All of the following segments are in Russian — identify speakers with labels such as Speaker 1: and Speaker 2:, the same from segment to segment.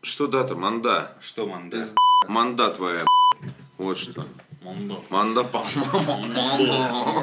Speaker 1: Что дата? Манда.
Speaker 2: Что манда?
Speaker 1: Манда твоя. б***ь. Вот что.
Speaker 2: Манда.
Speaker 1: Манда, по-моему.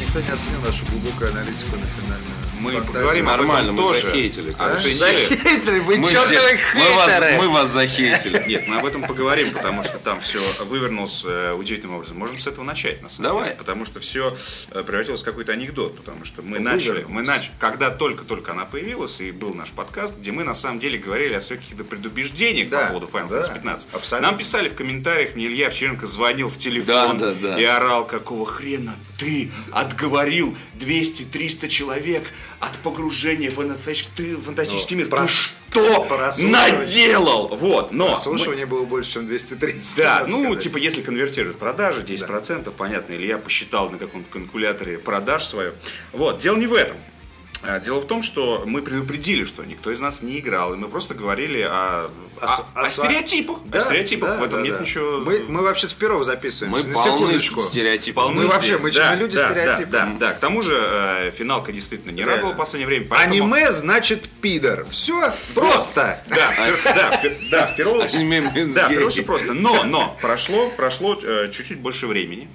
Speaker 3: Никто не оценил нашу глубокую аналитику на финальную.
Speaker 2: А, Мы
Speaker 3: фантазию.
Speaker 2: поговорим об
Speaker 1: Нормально,
Speaker 2: этом
Speaker 1: мы
Speaker 2: тоже.
Speaker 1: захейтили,
Speaker 2: А,
Speaker 1: конечно.
Speaker 2: захе-
Speaker 3: Хейтили, вы
Speaker 2: Мы, все-
Speaker 3: чертовы
Speaker 2: мы вас,
Speaker 3: хейтеры!
Speaker 2: мы вас захейтили. Нет, мы об этом поговорим, потому что там все вывернулось э, удивительным образом. Можем с этого начать, на самом
Speaker 1: Давай.
Speaker 2: деле, Потому что все превратилось в какой-то анекдот. Потому что мы начали, мы начали, когда только-только она появилась, и был наш подкаст, где мы на самом деле говорили о своих каких-то предубеждениях
Speaker 3: Да,
Speaker 2: по поводу Final
Speaker 3: да,
Speaker 2: Fantasy 15.
Speaker 3: абсолютно.
Speaker 2: Нам писали в комментариях, мне Илья Овчаренко звонил в телефон
Speaker 1: Да, да, да.
Speaker 2: и орал, какого хрена ты отговорил 200-300 человек от погружения в фантастический, ты- фантастический мир.
Speaker 1: Ну,
Speaker 3: про-
Speaker 2: Ты что
Speaker 3: прослушивание.
Speaker 2: наделал? Вот, но... мы-
Speaker 3: Прослушивание было больше, чем 230.
Speaker 2: Да,
Speaker 3: надо
Speaker 2: ну,
Speaker 3: сказать.
Speaker 2: типа, если конвертировать продажи, 10%, понятно, или я посчитал на каком-то калькуляторе продаж свою. Вот, дело не в этом. А, Дело в том, что мы предупредили, что никто из нас не играл, и мы просто говорили о,
Speaker 3: А
Speaker 2: о-
Speaker 3: с-
Speaker 2: о
Speaker 3: а с-
Speaker 2: стереотипах. О
Speaker 3: Да,
Speaker 2: стереотипах.
Speaker 3: да,
Speaker 2: типа, в этом
Speaker 3: да,
Speaker 2: нет
Speaker 3: да.
Speaker 2: ничего.
Speaker 3: Мы, мы вообще впервые записываемся.
Speaker 1: Мы
Speaker 3: на
Speaker 1: полны
Speaker 3: секундочку.
Speaker 1: стереотипов.
Speaker 2: Полны
Speaker 3: Мы вообще,
Speaker 2: здесь.
Speaker 3: мы
Speaker 2: Да,
Speaker 3: чем люди
Speaker 2: да,
Speaker 3: стереотипы.
Speaker 2: Да, да, да. К тому же э, финалка действительно не
Speaker 3: Реально.
Speaker 2: радовала в последнее время. поэтому-
Speaker 3: Аниме значит пидор. Все просто.
Speaker 2: Да, впер- да, впер- да, впервые.
Speaker 1: Аниме Минсгейки.
Speaker 2: Да, впервые всё просто. Но, но, прошло, прошло э, чуть-чуть больше времени.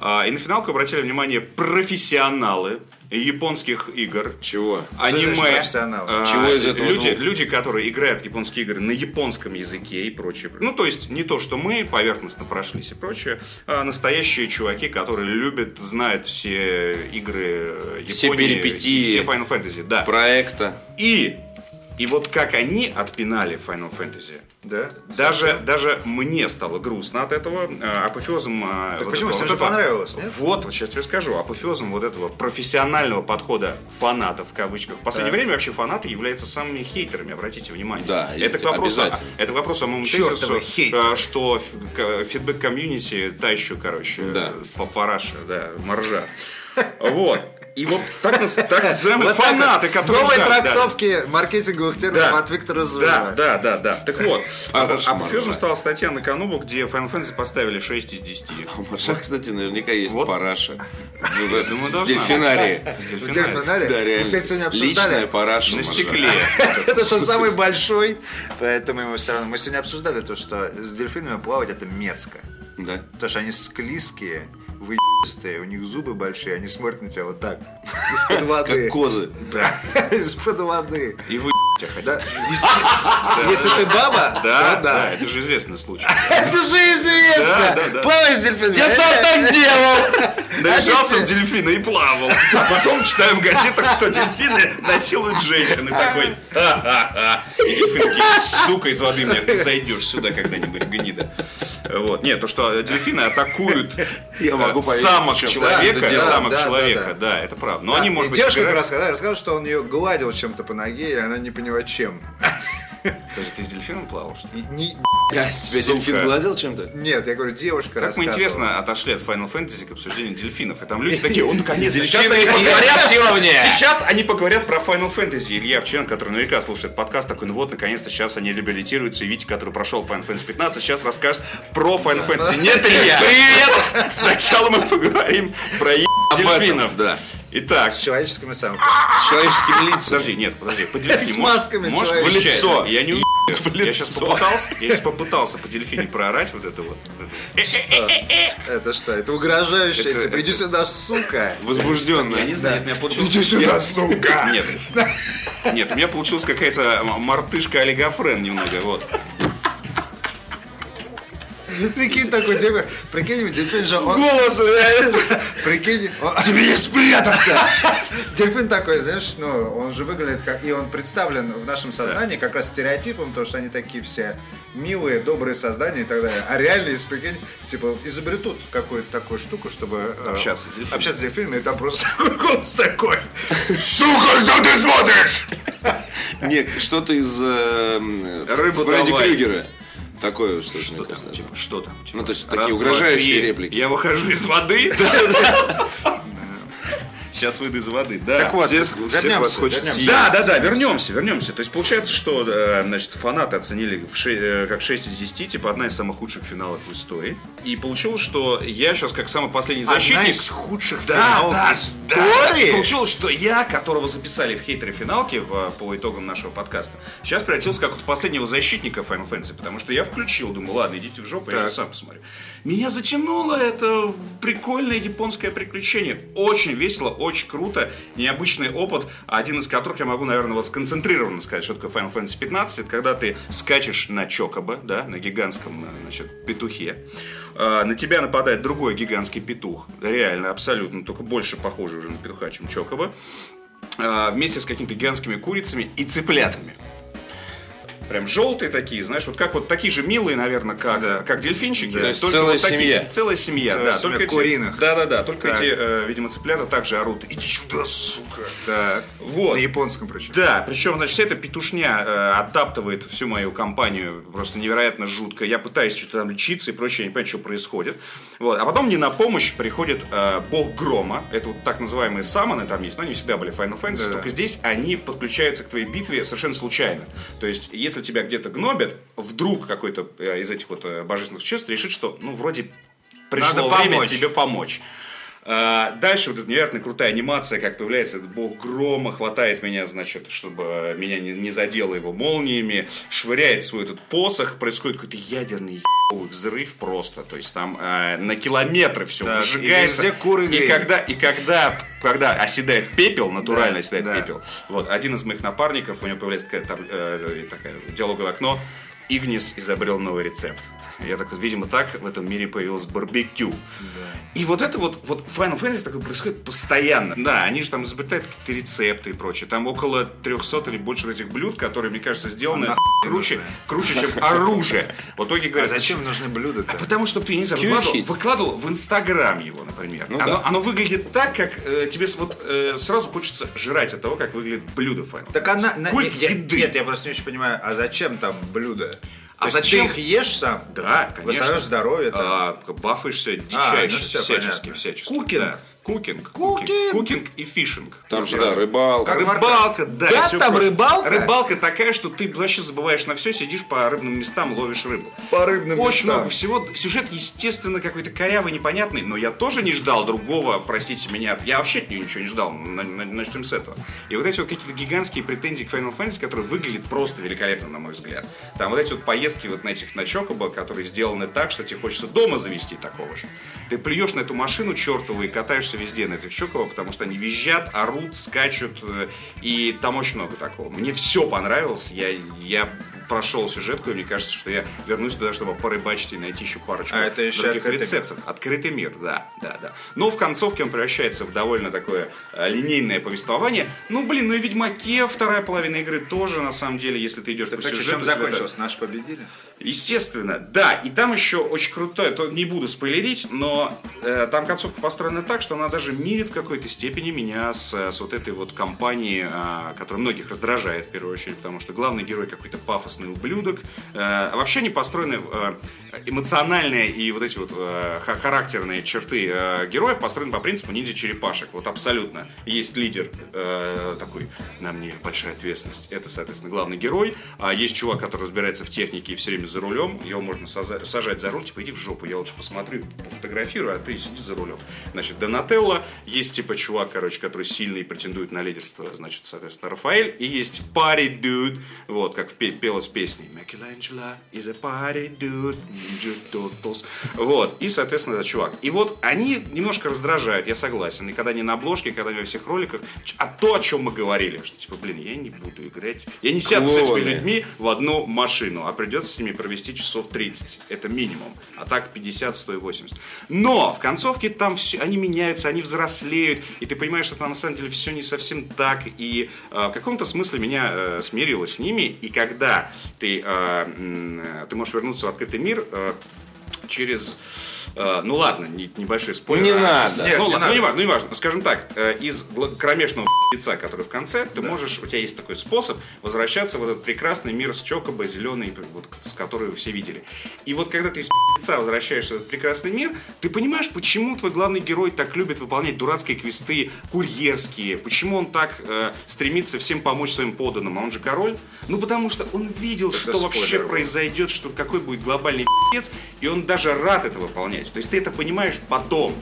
Speaker 2: А, И на финалку обратили внимание профессионалы японских игр.
Speaker 1: Чего? А,
Speaker 3: значит
Speaker 2: Аниме.
Speaker 3: профессионалы?
Speaker 2: а,
Speaker 1: Чего из этого
Speaker 2: люди,
Speaker 1: двух?
Speaker 2: люди, которые играют в японские игры на японском языке и прочее. Ну, то есть, не то, что мы поверхностно прошлись и прочее, а настоящие чуваки, которые любят, знают все игры э, Японии.
Speaker 1: Все перипетии.
Speaker 2: и Все Final Fantasy, да.
Speaker 1: Проекта.
Speaker 2: И, и вот как они отпинали Final Fantasy.
Speaker 3: Да.
Speaker 2: Даже, даже мне стало грустно от этого. Э, Апофеозом... э,
Speaker 3: Так
Speaker 2: вот
Speaker 3: почему?
Speaker 2: этого- вот
Speaker 3: Всем же
Speaker 2: этого-
Speaker 3: понравилось, нет?
Speaker 2: Вот, вот сейчас тебе скажу. Апофеозом вот этого профессионального подхода фанатов, в кавычках. В последнее время вообще фанаты являются самыми хейтерами, обратите внимание.
Speaker 1: Да,
Speaker 2: это
Speaker 1: есть-
Speaker 2: к вопросу,
Speaker 1: обязательно.
Speaker 2: это к вопросу о моем
Speaker 3: Чёртовы
Speaker 2: тезису,
Speaker 3: хейтеры.
Speaker 2: э, что ф- к- фидбэк-комьюнити, та еще, короче,
Speaker 1: Да.
Speaker 2: э, папараша, да, маржа. Вот. И вот так, нас- так называемые
Speaker 3: Вот так вот.
Speaker 2: фанаты, которые...
Speaker 3: Новые
Speaker 2: ждали, да.
Speaker 3: трактовки маркетинговых терминов
Speaker 2: Да.
Speaker 3: от Виктора
Speaker 2: Да,
Speaker 3: Зуева.
Speaker 2: да, да, да. Так вот, а,
Speaker 1: Хорошо,
Speaker 2: апофеозом
Speaker 1: Маржа.
Speaker 2: стала статья на Канобу, где Final Fantasy поставили 6 из 10.
Speaker 1: У Марша, кстати, наверняка есть
Speaker 2: Вот.
Speaker 1: параша. В этом-
Speaker 2: думаю,
Speaker 1: В
Speaker 2: должна.
Speaker 1: дельфинарии.
Speaker 3: В Дельфинаре?
Speaker 1: Да,
Speaker 3: Мы,
Speaker 1: реально.
Speaker 3: кстати,
Speaker 1: Личная
Speaker 3: сегодня обсуждали.
Speaker 1: параша.
Speaker 2: На
Speaker 1: Маржа.
Speaker 2: стекле.
Speaker 3: Это что самый большой, поэтому ему все равно. Мы сегодня обсуждали то, что с дельфинами плавать это мерзко.
Speaker 1: Да.
Speaker 3: Потому что они склизкие, выебистые, у них зубы большие, они смотрят на тебя вот так. Из-под
Speaker 1: Как
Speaker 3: воды.
Speaker 1: козы.
Speaker 2: Да.
Speaker 3: Из-под воды.
Speaker 2: И вы тебя хотят.
Speaker 3: Да. Если, если ты баба,
Speaker 2: Да,
Speaker 3: то
Speaker 2: да, это же известный случай.
Speaker 3: Это же
Speaker 2: Да, да,
Speaker 3: известно!
Speaker 2: да.
Speaker 3: Плаваешь с дельфинами.
Speaker 1: делал!
Speaker 2: Наряжался в дельфина и плавал. А потом читаю в газетах, что дельфины насилуют женщин. И такой, ха-ха-ха. И дельфины такие, сука, из воды мне, ты зайдешь сюда когда-нибудь, гнида. Вот. Нет, то, что дельфины атакуют
Speaker 1: Я могу
Speaker 2: э,
Speaker 1: поверить,
Speaker 2: самок
Speaker 1: причем,
Speaker 2: человека
Speaker 1: да,
Speaker 2: и
Speaker 1: это
Speaker 2: самок
Speaker 3: дело. Да, да,
Speaker 2: человека.
Speaker 3: да.
Speaker 2: Да, это правда. Но
Speaker 3: Да,
Speaker 2: они,
Speaker 3: и
Speaker 2: может быть,
Speaker 3: Э, девушка
Speaker 2: играют-
Speaker 3: рассказала, рассказала, что он ее гладил чем-то по ноге, и она не поняла чем.
Speaker 2: Скажи, ты с дельфином плавал, что ли?
Speaker 3: И не-
Speaker 1: Тебя
Speaker 2: Сука.
Speaker 1: дельфин гладил чем-то?
Speaker 3: Нет, я говорю, девушка
Speaker 2: Как мы,
Speaker 3: рассказывала.
Speaker 2: интересно, отошли от Final Fantasy к обсуждению дельфинов. И там люди такие, он наконец сейчас
Speaker 1: Дельфины
Speaker 2: они поговорят.
Speaker 1: уровне!
Speaker 2: Сейчас они поговорят про Final Fantasy. Илья Овчаренко, который наверняка слушает подкаст, такой, ну вот, наконец-то сейчас они реабилитируются. И Витя, который прошел Final Fantasy 15, сейчас расскажет про Final Fantasy. Нет, Илья, привет! Сначала мы поговорим про е-
Speaker 1: Об этом,
Speaker 2: дельфинов.
Speaker 1: да.
Speaker 2: Итак,
Speaker 3: С человеческими самками.
Speaker 1: С человеческими лицами.
Speaker 2: Подожди, нет, подожди, по дельфине
Speaker 3: С
Speaker 2: можешь-
Speaker 3: масками
Speaker 2: можешь в
Speaker 3: человеческими.
Speaker 2: лицо. Я не уеб-
Speaker 1: в
Speaker 2: Я сейчас
Speaker 1: лицо.
Speaker 2: попытался, я сейчас попытался по дельфине проорать вот это вот. вот это вот.
Speaker 3: Э, Это что? Это угрожающее,
Speaker 2: Это-
Speaker 3: типа, иди
Speaker 2: это-
Speaker 3: сюда, сука.
Speaker 1: Возбужденно.
Speaker 2: Я не знаю, нет, у меня получилось...
Speaker 3: Иди сюда,
Speaker 2: Нет.
Speaker 3: сука!
Speaker 2: Нет. Нет, у меня получилась какая-то м- мартышка олигофрен немного, вот.
Speaker 3: Прикинь, такой типа, прикинь, дельфин же, он,
Speaker 1: Голос реально.
Speaker 3: прикинь, он-
Speaker 1: Тебе спрятаться!
Speaker 3: дельфин такой, знаешь, ну, он же выглядит как, и он представлен в нашем сознании как раз стереотипом, то, что они такие все милые, добрые создания и так далее. А реально, если прикинь, типа, изобретут какую-то такую штуку, чтобы э,
Speaker 2: Общаться с дельфинами.
Speaker 3: общаться с дельфинами, и там просто такой голос такой, сука, что ты смотришь?
Speaker 1: Нет, что-то из эм,
Speaker 2: Рыба
Speaker 1: Фредди
Speaker 2: давай.
Speaker 1: Крюгера. Такое что-то, мне
Speaker 2: Что там,
Speaker 1: кажется.
Speaker 2: типа, что там? типа?
Speaker 1: Ну, то есть
Speaker 2: Раз,
Speaker 1: такие
Speaker 2: два,
Speaker 1: угрожающие
Speaker 2: три.
Speaker 1: реплики.
Speaker 2: Я выхожу из воды. Сейчас выйду из воды, да.
Speaker 4: Так вот,
Speaker 1: Всех-
Speaker 4: вернемся,
Speaker 1: всех вас хочет
Speaker 4: вернемся.
Speaker 1: съесть.
Speaker 2: Да, да, да, вернемся, вернемся. То есть получается, что э, значит, фанаты оценили в ше- э, как 6 из 10, типа одна из самых худших финалов в истории. И получилось, что я сейчас как самый последний защитник.
Speaker 4: Одна из худших
Speaker 2: Да,
Speaker 4: финалов
Speaker 2: да, да. И
Speaker 4: истории.
Speaker 2: Получилось, что я, которого записали в хейтере финалки по, по итогам нашего подкаста, сейчас превратился как вот последнего защитника Final Fantasy, потому что я включил, думаю, ладно, идите в жопу, я
Speaker 4: Так.
Speaker 2: же сам посмотрю. Меня затянуло это прикольное японское приключение. Очень весело, очень круто, необычный опыт, один из которых я могу, наверное, вот сконцентрированно сказать, что такое Final Fantasy 15. Это когда ты скачешь на Чокоба, да, на гигантском, э, значит, петухе. Э, На тебя нападает другой гигантский петух. Реально, абсолютно, только больше похожий уже на петуха, чем Чокоба. Э, Вместе с какими-то гигантскими курицами и цыплятами. Прям желтые такие, знаешь, вот как вот такие же милые, наверное, как, э,
Speaker 4: Да.
Speaker 2: как дельфинчики.
Speaker 1: То есть
Speaker 2: только
Speaker 1: целая
Speaker 2: вот такие
Speaker 1: семья.
Speaker 2: же. Целая семья,
Speaker 4: Целая
Speaker 2: да.
Speaker 4: семья
Speaker 2: только эти-
Speaker 4: куриных.
Speaker 2: Да-да-да, только
Speaker 4: Так.
Speaker 2: эти, э, видимо, цыплята также орут. Иди сюда, сука.
Speaker 4: Так.
Speaker 2: Вот.
Speaker 3: Ну,
Speaker 4: На японском причем.
Speaker 2: Да, причем, значит, вся эта петушня э, оттаптывает всю мою компанию просто невероятно жутко. Я пытаюсь что-то там лечиться и прочее, я не понимаю, что происходит. Вот. А потом мне на помощь приходит э, бог грома. Это вот так называемые самоны там есть, но они всегда были в Final Fantasy,
Speaker 4: Да.
Speaker 2: только здесь они подключаются к твоей битве совершенно случайно. То есть, если тебя где-то гнобят, вдруг какой-то э, из этих вот э, божественных чувств решит, что, ну, вроде пришло
Speaker 4: Надо
Speaker 2: время
Speaker 4: помочь.
Speaker 2: тебе помочь. А, Дальше вот эта невероятно крутая анимация, как появляется этот бог грома, хватает меня, значит, чтобы меня не, не задело его молниями, швыряет свой этот посох, происходит какой-то ядерный ебаный взрыв просто, то есть там э, на километры все
Speaker 4: Так, и
Speaker 2: выжигается.
Speaker 4: везде куры
Speaker 2: и
Speaker 4: греют.
Speaker 2: когда, и когда, когда оседает пепел, натурально
Speaker 4: Да,
Speaker 2: оседает
Speaker 4: да.
Speaker 2: пепел, вот, один из моих напарников, у него появляется такая, там, э, такая диалоговое окно, Игнис изобрел новый рецепт. Я так, вот, видимо, так в этом мире появилось барбекю. И вот это вот, вот в Final Fantasy такое происходит постоянно. Да, они же там изобретают какие-то рецепты и прочее. Там около 300 или больше этих блюд, которые, мне кажется, сделаны
Speaker 4: А нахуй
Speaker 2: круче,
Speaker 4: нужны?
Speaker 2: круче, чем оружие. В итоге
Speaker 4: А
Speaker 2: говорят,
Speaker 4: зачем нужны блюда-то?
Speaker 2: А Потому что ты, я не знаю,
Speaker 1: Кью
Speaker 2: выкладывал,
Speaker 1: хит.
Speaker 2: выкладывал в Инстаграм его, например.
Speaker 1: Ну
Speaker 2: оно,
Speaker 1: да.
Speaker 2: оно выглядит так, как э, тебе с- вот э, сразу хочется жрать от того, как выглядит блюдо Final
Speaker 4: Так
Speaker 2: Fantasy.
Speaker 4: она... на-
Speaker 2: Культ
Speaker 4: я-
Speaker 2: еды.
Speaker 4: Нет, я просто не очень понимаю, а зачем там блюда? То
Speaker 2: А
Speaker 4: есть
Speaker 2: зачем?
Speaker 4: Ты их ешь сам?
Speaker 2: Да, конечно.
Speaker 4: Восстановишь здоровье там.
Speaker 2: А, бафаешься дичайше,
Speaker 4: ну всё,
Speaker 2: всячески,
Speaker 4: понятно.
Speaker 2: всячески.
Speaker 4: Кукинг.
Speaker 2: Да. Кукинг.
Speaker 4: Кукинг.
Speaker 2: Кукинг и фишинг.
Speaker 1: Там же, да, рыбалка.
Speaker 4: Как в
Speaker 2: Рыбалка, да.
Speaker 4: Да,
Speaker 2: и всё
Speaker 4: там
Speaker 2: прочее.
Speaker 4: рыбалка?
Speaker 2: Рыбалка такая, что ты вообще забываешь на все, сидишь по рыбным местам, ловишь рыбу.
Speaker 4: По рыбным
Speaker 2: Очень
Speaker 4: местам.
Speaker 2: много всего. Сюжет, естественно, какой-то корявый, непонятный, но я тоже не ждал другого, простите меня, я вообще от нее ничего не ждал, на- на- начнем с этого. И вот эти вот какие-то гигантские претензии к Final Fantasy, которые выглядят просто великолепно, на мой взгляд. Там вот эти вот поездки вот на этих на Чокоба, которые сделаны так, что тебе хочется дома завести такого же. Ты плюешь на эту машину чертову и катаешься везде на этих Чокоба, потому что они визжат, орут, скачут, э, и там очень много такого. Мне все понравилось, я, я прошел сюжетку, и мне кажется, что я вернусь туда, чтобы порыбачить и найти еще парочку
Speaker 4: А это еще
Speaker 2: других
Speaker 4: открытый мир.
Speaker 2: рецептов. Открытый мир, да, да, да. Но в концовке он превращается в довольно такое э, линейное повествование. Ну, блин, ну и Ведьмаке вторая половина игры тоже, на самом деле, если ты идешь
Speaker 4: Так
Speaker 2: по
Speaker 4: что,
Speaker 2: сюжету...
Speaker 4: чем
Speaker 2: тебе это-
Speaker 4: закончилось? Наши победили?
Speaker 2: Естественно, да. И там еще очень крутое, то не буду спойлерить, но э, там концовка построена так, что она даже мирит в какой-то степени меня с, э, с вот этой вот компанией, э, которая многих раздражает в первую очередь, потому что главный герой какой-то пафосный ублюдок. Э, а вообще не построены э, эмоциональные и вот эти вот э, ха- характерные черты э, героев построены по принципу ниндзя-черепашек. Вот абсолютно. Есть лидер э, такой, на мне большая ответственность. Это, соответственно, главный герой. А есть чувак, который разбирается в технике и все время за рулем. Его можно саза- сажать за руль, типа, иди в жопу, я лучше посмотрю, фотографирую, а ты сиди за рулем. Значит, Донателло. Есть, типа, чувак, короче, который сильный и претендует на лидерство, значит, соответственно, Рафаэль. И есть Party Dude, вот, как пе- пелось в песне. Микеланджело is a party dude, ninja turtles. Вот, и, соответственно, этот чувак. И вот они немножко раздражают, я согласен. И когда они на обложке, и когда они во всех роликах, ч- а то, о чем мы говорили, что, типа, блин, я не буду играть, я не сяду с этими
Speaker 1: Клоуны.
Speaker 2: людьми, людьми в одну машину, а придется с ними провести часов 30. Это минимум. А так 50, 180. Но в концовке там все, они меняются, они взрослеют, и ты понимаешь, что там на самом деле все не совсем так. И э, в каком-то смысле меня э, смирило с ними. И когда ты, э, м, э, ты можешь вернуться в открытый мир, э, через... э, ну ладно, не- небольшой спойлер.
Speaker 1: Не
Speaker 2: а,
Speaker 1: надо.
Speaker 2: с-
Speaker 3: Нет,
Speaker 2: ну,
Speaker 3: не
Speaker 2: ладно,
Speaker 3: надо.
Speaker 2: ну, не важно, ну, не важно. Скажем так, э, из гла- кромешного лица, который в конце, ты можешь, у тебя есть такой способ возвращаться в этот прекрасный мир с Чокоба, зеленый, вот, с которой вы все видели. И вот когда ты из лица возвращаешься в этот прекрасный мир, ты понимаешь, почему твой главный герой так любит выполнять дурацкие квесты, курьерские, почему он так э, стремится всем помочь своим подданным, а он же король. Ну, потому что он видел, что вообще
Speaker 3: спойлер был.
Speaker 2: произошло произойдет, что какой будет глобальный пи***ц, и он даже рад это выполнять. То есть ты это понимаешь потом.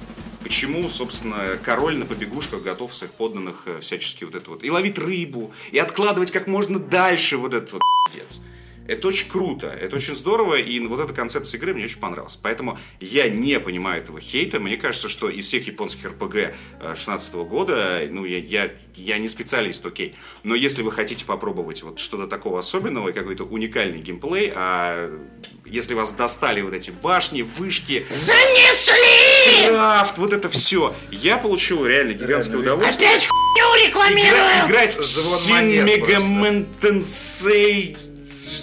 Speaker 2: Почему, собственно, король на побегушках готов своих подданных э, всячески вот это вот. И ловить рыбу, и откладывать как можно дальше вот этот вот пи***ц. Это очень круто, это очень здорово, и вот эта концепция игры мне очень понравилась. Поэтому я не понимаю этого хейта. Мне кажется, что из всех японских РПГ 2016 года, ну, я, я, я не специалист, окей. Но если вы хотите попробовать вот что-то такого особенного и какой-то уникальный геймплей, а если вас достали вот эти башни, вышки,
Speaker 5: Занесли!
Speaker 2: крафт, вот это все, я получил реально гигантское
Speaker 3: Реально,
Speaker 2: удовольствие.
Speaker 5: Опять хуйню
Speaker 2: Игра-
Speaker 5: рекламирую!
Speaker 2: играть в
Speaker 3: Звон
Speaker 2: Shin
Speaker 3: монет
Speaker 2: Mega
Speaker 3: просто.
Speaker 2: Man Tensei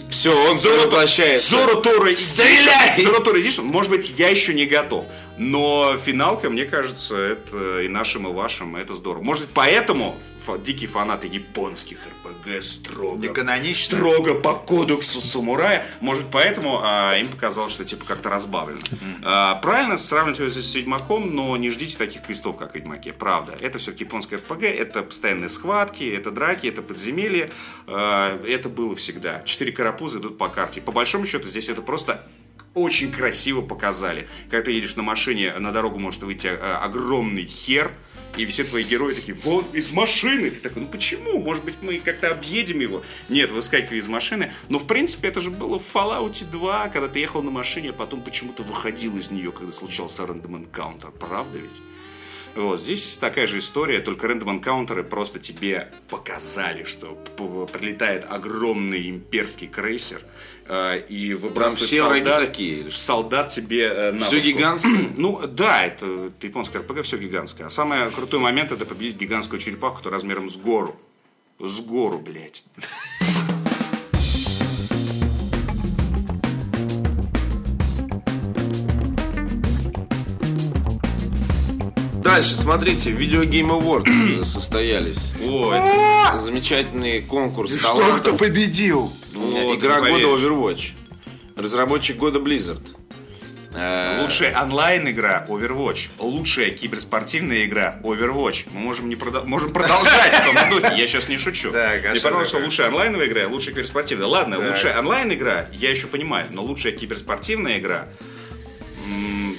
Speaker 1: Все, он
Speaker 2: Зоро-
Speaker 1: воплощается.
Speaker 2: Зоро Торо
Speaker 1: Стреляй!
Speaker 2: Зоро Торо Edition, может быть, я еще не готов. Но финалка, мне кажется, это и нашим, и вашим, это здорово. Может быть, поэтому фа- дикие фанаты японских РПГ строго...
Speaker 3: Не канонично.
Speaker 2: Строго по кодексу самурая. Может, быть, поэтому а, им показалось, что типа как-то разбавлено. А, правильно сравнивать его с Ведьмаком, но не ждите таких квестов, как в Ведьмаке. Правда. Это все-таки японское РПГ, это постоянные схватки, это драки, это подземелья. А, это было всегда. Четыре карапуза идут по карте. По большому счету, здесь это просто очень красиво показали. Когда ты едешь на машине, на дорогу может выйти э, огромный хер, и все твои герои такие, вон, из машины. Ты такой, ну почему? Может быть, мы как-то объедем его? Нет, выскакивай из машины. Но, в принципе, это же было в Fallout 2, когда ты ехал на машине, а потом почему-то выходил из нее, когда случался рандом энкаунтер. Правда ведь? Вот, здесь такая же история, только рандом энкаунтеры просто тебе показали, что п- п- прилетает огромный имперский крейсер, э, и
Speaker 1: Там
Speaker 2: выбрасывает
Speaker 1: все враги
Speaker 2: солдат-
Speaker 1: такие. или что?
Speaker 2: солдат тебе э, на
Speaker 1: Всё
Speaker 2: руку.
Speaker 1: гигантское?
Speaker 2: ну, да, это, это японское РПГ, все гигантское. А самый крутой момент это победить гигантскую черепаху, которая размером с гору. С гору, блядь.
Speaker 1: Дальше, смотрите, Video Game Awards состоялись.
Speaker 2: О, это-
Speaker 1: Замечательный конкурс
Speaker 3: Что, кто
Speaker 1: талантов.
Speaker 3: победил?
Speaker 2: Вот,
Speaker 1: Игра
Speaker 2: не
Speaker 1: года
Speaker 2: поверишь.
Speaker 1: Overwatch. Разработчик года Blizzard. Э,
Speaker 2: Лучшая онлайн-игра Overwatch. Лучшая киберспортивная игра Overwatch. Мы можем, не прода- можем продолжать в том же духе. Я сейчас не шучу.
Speaker 3: Так, а
Speaker 2: Мне
Speaker 3: что
Speaker 2: понравилось, что
Speaker 3: такое?
Speaker 2: лучшая онлайновая игра, лучшая киберспортивная. Ладно,
Speaker 3: Так.
Speaker 2: лучшая онлайн-игра, я еще понимаю, но лучшая киберспортивная игра... м,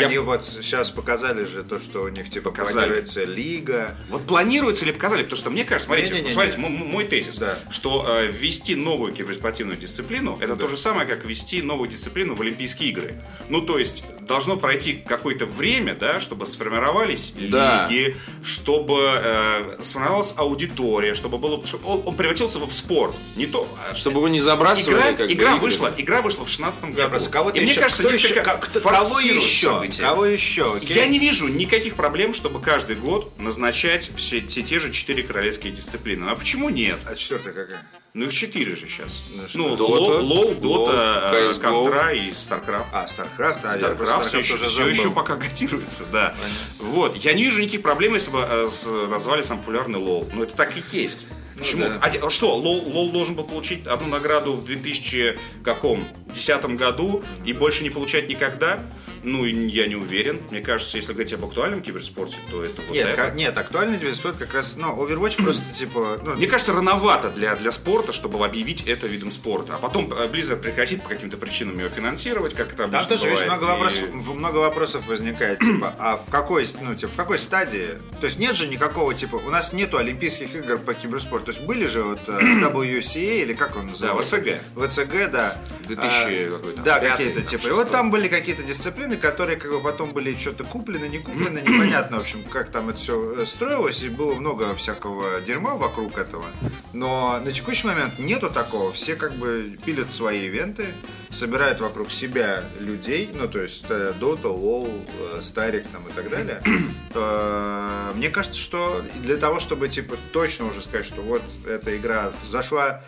Speaker 2: я
Speaker 3: Они вот сейчас показали же то, что у них типа
Speaker 2: Показали.
Speaker 3: планируется лига.
Speaker 2: Вот планируется ли показали? Потому что мне кажется, смотрите,
Speaker 3: Не-не-не-не.
Speaker 2: смотрите, м- м- мой тезис,
Speaker 3: Да.
Speaker 2: что э, ввести новую киберспортивную дисциплину это то же самое, как ввести новую дисциплину в Олимпийские игры. Ну, то есть, должно пройти какое-то время, да, чтобы сформировались
Speaker 1: Да.
Speaker 2: лиги, чтобы э, сформировалась аудитория, чтобы было. чтобы он, он превратился в спорт. Не то. а
Speaker 1: Чтобы вы не забрасывали.
Speaker 2: Игра,
Speaker 1: как бы,
Speaker 2: игра
Speaker 1: игры.
Speaker 2: вышла, игра вышла в 16 году.
Speaker 3: Просто кого-то
Speaker 2: И мне
Speaker 3: еще-
Speaker 2: кажется,
Speaker 3: кто
Speaker 2: несколько
Speaker 3: еще- ко- кто- кого
Speaker 2: форсируют
Speaker 3: еще?
Speaker 2: события.
Speaker 3: Кого еще? окей?
Speaker 2: Я не вижу никаких проблем, чтобы каждый год назначать все, все те же четыре королевские дисциплины. А почему нет?
Speaker 3: А четвертая какая?
Speaker 2: Ну их четыре же сейчас.
Speaker 3: Ну, что?
Speaker 2: Ну,
Speaker 1: Дота,
Speaker 2: Ло- лол, дота, э,
Speaker 1: CS:GO.
Speaker 2: контра и старкрафт.
Speaker 3: А, Старкрафт, а я про
Speaker 2: Старкрафт все еще,
Speaker 3: тоже
Speaker 2: все
Speaker 3: забыл.
Speaker 2: еще пока котируется, да. Вот, я не вижу никаких проблем, если бы э, с- назвали самый популярный лол. Но это так и есть. Почему?
Speaker 3: Ну да.
Speaker 2: А де- а что, лол, лол должен был получить одну награду в 2000 каком? 10 году и больше не получать никогда? Ну, и я не уверен. Мне кажется, если говорить об актуальном киберспорте, то это вот
Speaker 3: Нет,
Speaker 2: это.
Speaker 3: ка- нет, актуальный киберспорт как раз, ну, Overwatch просто типа, ну,
Speaker 2: Мне кажется, рановато для, для спорта, чтобы объявить это видом спорта. А потом э, Blizzard прекратит по каким-то причинам его финансировать, как это обычно
Speaker 3: там тоже, видишь,
Speaker 2: бывает,
Speaker 3: много
Speaker 2: и-
Speaker 3: вопросов, много вопросов возникает, типа, а в какой, ну, типа, в какой стадии? То есть нет же никакого, типа, у нас нету Олимпийских игр по киберспорту. То есть были же вот э, WCA или как он
Speaker 2: Да,
Speaker 3: называется?
Speaker 2: ВЦГ.
Speaker 3: ВЦГ, да.
Speaker 2: 2000
Speaker 3: А,
Speaker 2: какой-то,
Speaker 3: Да,
Speaker 2: пятый,
Speaker 3: какие-то
Speaker 2: там,
Speaker 3: типа. И
Speaker 2: шестой.
Speaker 3: вот там были какие-то дисциплины, которые как бы потом были что-то куплены, не куплены, непонятно, в общем, как там это все строилось, и было много всякого дерьма вокруг этого. Но на текущий момент нету такого. Все как бы пилят свои ивенты, собирают вокруг себя людей, ну, то есть э, Dota, LoL, э, Старик там и так далее. Э, Мне кажется, что для того, чтобы типа точно уже сказать, что вот эта игра зашла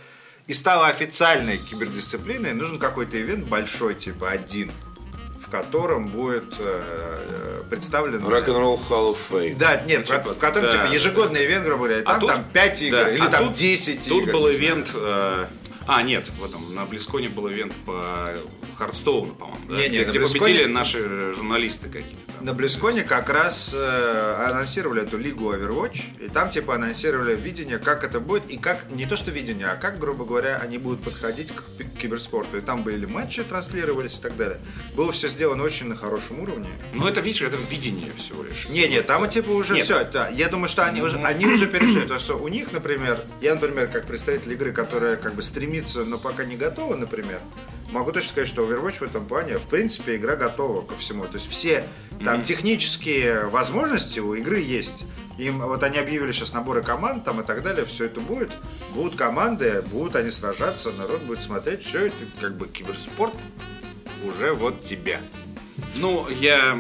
Speaker 3: и стала официальной кибердисциплиной, нужен какой-то ивент большой, типа один, в котором будет э, представлен...
Speaker 1: Рок-н-ролл Hall of Fame.
Speaker 3: Да, нет,
Speaker 2: Ну, типа,
Speaker 3: в котором,
Speaker 2: да. А
Speaker 3: типа, ежегодный ивент, грубо говоря, и там,
Speaker 2: тут-
Speaker 3: там 5 игр,
Speaker 2: да,
Speaker 3: или
Speaker 2: а
Speaker 3: там
Speaker 2: тут-
Speaker 3: 10
Speaker 2: Тут
Speaker 3: игр.
Speaker 2: был
Speaker 3: не знаю.
Speaker 2: ивент... э, А, нет, в этом, на Близконе был ивент по Хардстоуну, по-моему, да?
Speaker 3: Не-не,
Speaker 2: где,
Speaker 3: на
Speaker 2: где
Speaker 3: Близконе-
Speaker 2: победили наши журналисты какие-то. там.
Speaker 3: На Близконе как раз э, анонсировали эту лигу Overwatch, и там типа анонсировали видение, как это будет, и как, не то что видение, а как, грубо говоря, они будут подходить к пи- киберспорту. И там были матчи, транслировались и так далее. Было все сделано очень на хорошем уровне.
Speaker 2: Ну, это, видишь, это видение всего лишь.
Speaker 3: Не-не, там типа уже
Speaker 2: Нет.
Speaker 3: все. Да, я думаю, что они уже, они уже перешли. То есть у них, например, я, например, как представитель игры, которая как бы стремится, но пока не готова, например, могу точно сказать, что Overwatch в этом плане, в принципе, игра готова ко всему. То есть все там технические возможности у игры есть. Им вот они объявили сейчас наборы команд там и так далее, все это будет. Будут команды, будут они сражаться, народ будет смотреть, все это как бы киберспорт уже вот тебя.
Speaker 2: Ну, я...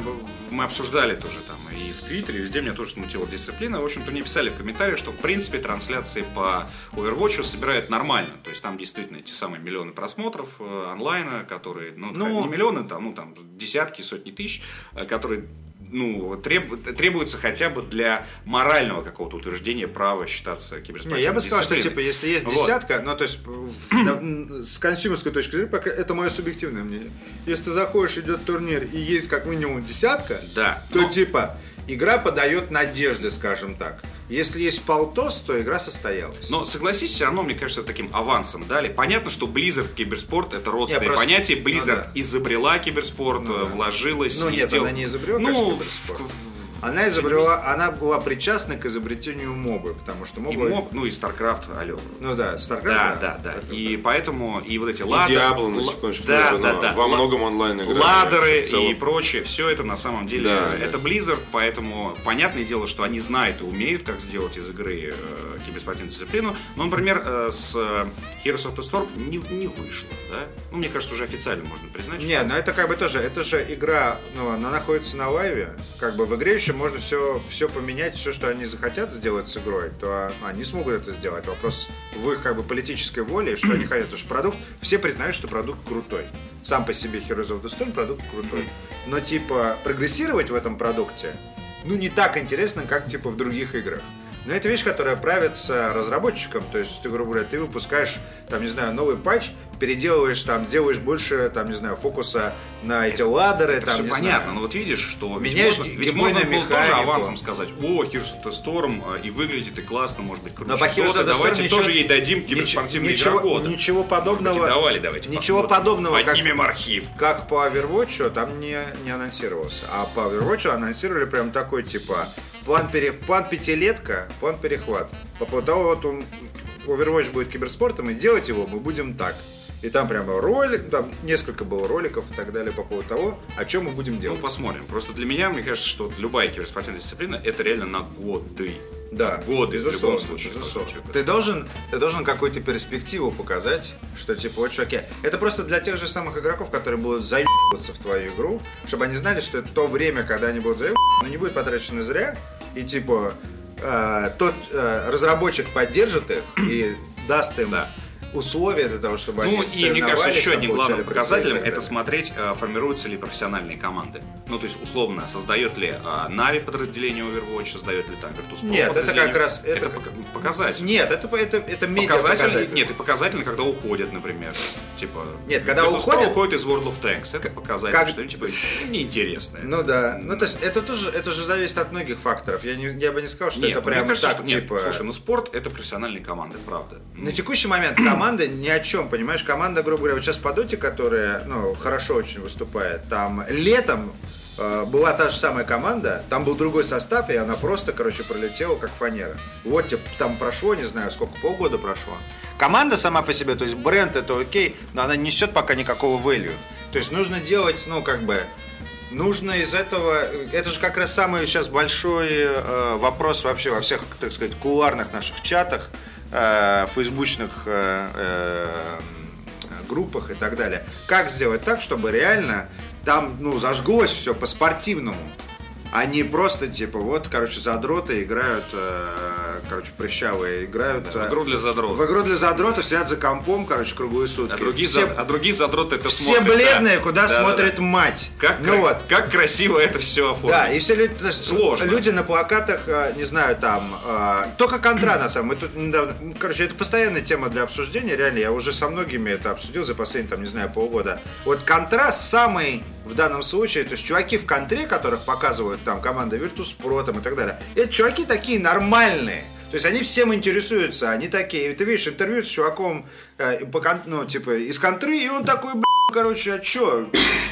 Speaker 2: Мы обсуждали тоже там и в Твиттере, и везде меня тоже смутила дисциплина. В общем-то, мне писали в комментариях, что, в принципе, трансляции по Overwatch собирают нормально. То есть там действительно эти самые миллионы просмотров э, онлайна, которые, ну,
Speaker 3: Ну.
Speaker 2: не миллионы, там, ну, там, десятки, сотни тысяч, э, которые ну, треб- требуются хотя бы для морального какого-то утверждения права считаться киберспортивной
Speaker 3: Не, я бы сказал, что типа,
Speaker 2: дисциплиной.
Speaker 3: если есть
Speaker 2: Вот.
Speaker 3: десятка, ну то есть в- да, м, с консюмерской точки зрения, пока это мое субъективное мнение. Если ты заходишь, идет турнир и есть как минимум десятка,
Speaker 2: Да.
Speaker 3: то
Speaker 2: Ну,
Speaker 3: типа игра подает надежды, скажем так. Если есть полтос, то игра состоялась.
Speaker 2: Но согласись, все равно, мне кажется, таким авансом дали. Понятно, что Blizzard киберспорт это
Speaker 3: Не,
Speaker 2: родственное
Speaker 3: просто-
Speaker 2: понятие. Blizzard
Speaker 3: Ну да.
Speaker 2: изобрела киберспорт, э, вложилась.
Speaker 3: Ну
Speaker 2: и
Speaker 3: нет,
Speaker 2: сделала-
Speaker 3: она не изобрела, конечно,
Speaker 2: Ну,
Speaker 3: киберспорт.
Speaker 2: в-
Speaker 3: Она изобрела, она была причастна к изобретению мобы, потому что
Speaker 2: в- и
Speaker 3: мобы,
Speaker 2: моб, ну и StarCraft, алло.
Speaker 3: ну да, StarCraft,
Speaker 2: Да, да, да.
Speaker 3: StarCraft,
Speaker 2: И поэтому, и вот эти
Speaker 1: И
Speaker 2: ладеры.
Speaker 1: Диабло, на
Speaker 2: л-
Speaker 1: секундочку,
Speaker 2: да,
Speaker 1: тоже,
Speaker 2: да,
Speaker 1: но
Speaker 2: да.
Speaker 1: во
Speaker 2: Ла-
Speaker 1: многом онлайн игра.
Speaker 2: Ладеры
Speaker 1: в целом.
Speaker 2: и прочее, все это на самом деле,
Speaker 1: Да, да.
Speaker 2: это Blizzard, поэтому понятное дело, что они знают и умеют, как сделать из игры э, киберспортивную дисциплину. Но, например, э, с э, Heroes of the Storm не, не вышло, да? Ну, мне кажется, уже официально можно признать,
Speaker 3: Не, ну это как бы тоже, это же игра, ну, она находится на лайве, как бы в игре еще можно все, все поменять, все, что они захотят сделать с игрой, то а, они смогут это сделать. Вопрос в их как бы политической воле, и что они хотят, потому что продукт, все признают, что продукт крутой. Сам по себе Heroes of the Storm продукт крутой. Но типа прогрессировать в этом продукте, ну не так интересно, как типа в других играх. Но это вещь, которая правится разработчикам. То есть, ты, грубо говоря, ты выпускаешь, там, не знаю, новый патч, переделываешь, там, делаешь больше, там, не знаю, фокуса на эти ладеры,
Speaker 2: Это
Speaker 3: там,
Speaker 2: все
Speaker 3: не
Speaker 2: понятно,
Speaker 3: знаю.
Speaker 2: но вот видишь, что ведь
Speaker 3: Меняешь
Speaker 2: можно,
Speaker 3: ге-
Speaker 2: ведь можно было
Speaker 3: геймплейную
Speaker 2: тоже
Speaker 3: механику.
Speaker 2: авансом сказать, о, Heroes of the Storm, э, и выглядит, и классно, может быть, круто.
Speaker 3: Но по Heroes of the Storm
Speaker 2: давайте
Speaker 3: ничего-
Speaker 2: тоже ей дадим
Speaker 3: нич-
Speaker 2: киберспортивный
Speaker 3: ничего-
Speaker 2: игра года.
Speaker 3: ничего подобного-
Speaker 2: Может быть, и давали, давайте
Speaker 3: ничего
Speaker 2: посмотрим.
Speaker 3: подобного, как-
Speaker 2: Поднимем архив.
Speaker 3: Как по Overwatch там не, не анонсировался. А по Overwatch анонсировали прям такой, типа, план, пере, план пятилетка, план перехват. По поводу того, вот он, Overwatch будет киберспортом, и делать его мы будем так. И там прямо ролик, там несколько было роликов и так далее по поводу того, о чем мы будем
Speaker 2: Ну,
Speaker 3: делать.
Speaker 2: посмотрим. Просто для меня, мне кажется, что вот любая киберспортивная дисциплина это реально на годы.
Speaker 3: Да,
Speaker 2: годы в любом
Speaker 3: безусловно,
Speaker 2: случае.
Speaker 3: безусловно.
Speaker 2: Короче,
Speaker 3: Ты должен, ты должен какую-то перспективу показать, что типа вот чуваки. Это просто для тех же самых игроков, которые будут заебываться в твою игру, чтобы они знали, что это то время, когда они будут заебываться, но не будет потрачено зря. И типа э, тот э, разработчик поддержит их и даст им
Speaker 2: Да.
Speaker 3: условия для того, чтобы они
Speaker 2: Ну и мне кажется,
Speaker 3: соревновались,
Speaker 2: еще
Speaker 3: там,
Speaker 2: одним
Speaker 3: получали
Speaker 2: главным
Speaker 3: призы и
Speaker 2: показателем
Speaker 3: так
Speaker 2: это
Speaker 3: далее.
Speaker 2: смотреть, э, формируются ли профессиональные команды. Ну, то есть, условно, создает ли э, Нави подразделение Overwatch, создает ли там Virtus.pro
Speaker 3: Нет, это
Speaker 2: подразделение.
Speaker 3: как раз- это
Speaker 2: это
Speaker 3: как-
Speaker 2: пока- показатель.
Speaker 3: Нет, это это это медиа
Speaker 2: Показатель, нет, и показательно, когда уходят, например. Типа,
Speaker 3: Нет, когда
Speaker 2: Virtus.pro
Speaker 3: уходят-
Speaker 2: уходит из World of Tanks. Это показатель,
Speaker 3: как-
Speaker 2: что им типа неинтересное.
Speaker 3: Ну да. Ну то есть это тоже, это же зависит от многих факторов. Я, не, я бы не сказал, что
Speaker 2: Нет,
Speaker 3: это
Speaker 2: ну, мне
Speaker 3: прям
Speaker 2: кажется,
Speaker 3: так,
Speaker 2: что- нет,
Speaker 3: типа. Ну,
Speaker 2: слушай, ну спорт это профессиональные команды, правда.
Speaker 3: На текущий момент команда ни о чем, понимаешь? Команда, грубо говоря, вот сейчас по доте, которая, ну, хорошо очень выступает, там летом э, была та же самая команда, там был другой состав, и она просто, короче, пролетела как фанера. Вот типа, там прошло, не знаю, сколько, полгода прошло. Команда сама по себе, то есть бренд это окей, но она не несет пока никакого value. То есть нужно делать, ну, как бы, Нужно из этого, это же как раз самый сейчас большой э, вопрос вообще во всех, так сказать, кулуарных наших чатах, э, фейсбучных э, э, группах и так далее. Как сделать так, чтобы реально там, ну, зажглось все по-спортивному, Они просто, типа, вот, короче, задроты играют, э, короче, прыщавые играют. э,
Speaker 2: В игру для задротов.
Speaker 3: в игру для задротов сидят за компом, короче, круглые сутки.
Speaker 2: А другие,
Speaker 3: все,
Speaker 2: за- а другие задроты это
Speaker 3: все
Speaker 2: смотрят, да.
Speaker 3: бледные, куда
Speaker 2: Да-да-да.
Speaker 3: смотрит мать.
Speaker 2: Как,
Speaker 3: ну
Speaker 2: кра-
Speaker 3: вот.
Speaker 2: как красиво это все оформлено.
Speaker 3: Да, и все люди, то есть
Speaker 2: Сложно.
Speaker 3: люди на плакатах, э, не знаю, там, э, только контра на самом, мы тут недавно, ну, короче, это постоянная тема для обсуждения, реально, я уже со многими это обсудил за последние, там, не знаю, полгода. Вот контра самый в данном случае, то есть чуваки в контре, которых показывают там команда Virtus.pro там и так далее, это чуваки такие нормальные. То есть они всем интересуются, они такие, ты видишь интервью с чуваком, э, по кон- ну, типа, из контры, и он такой, «Бля, короче, а чё,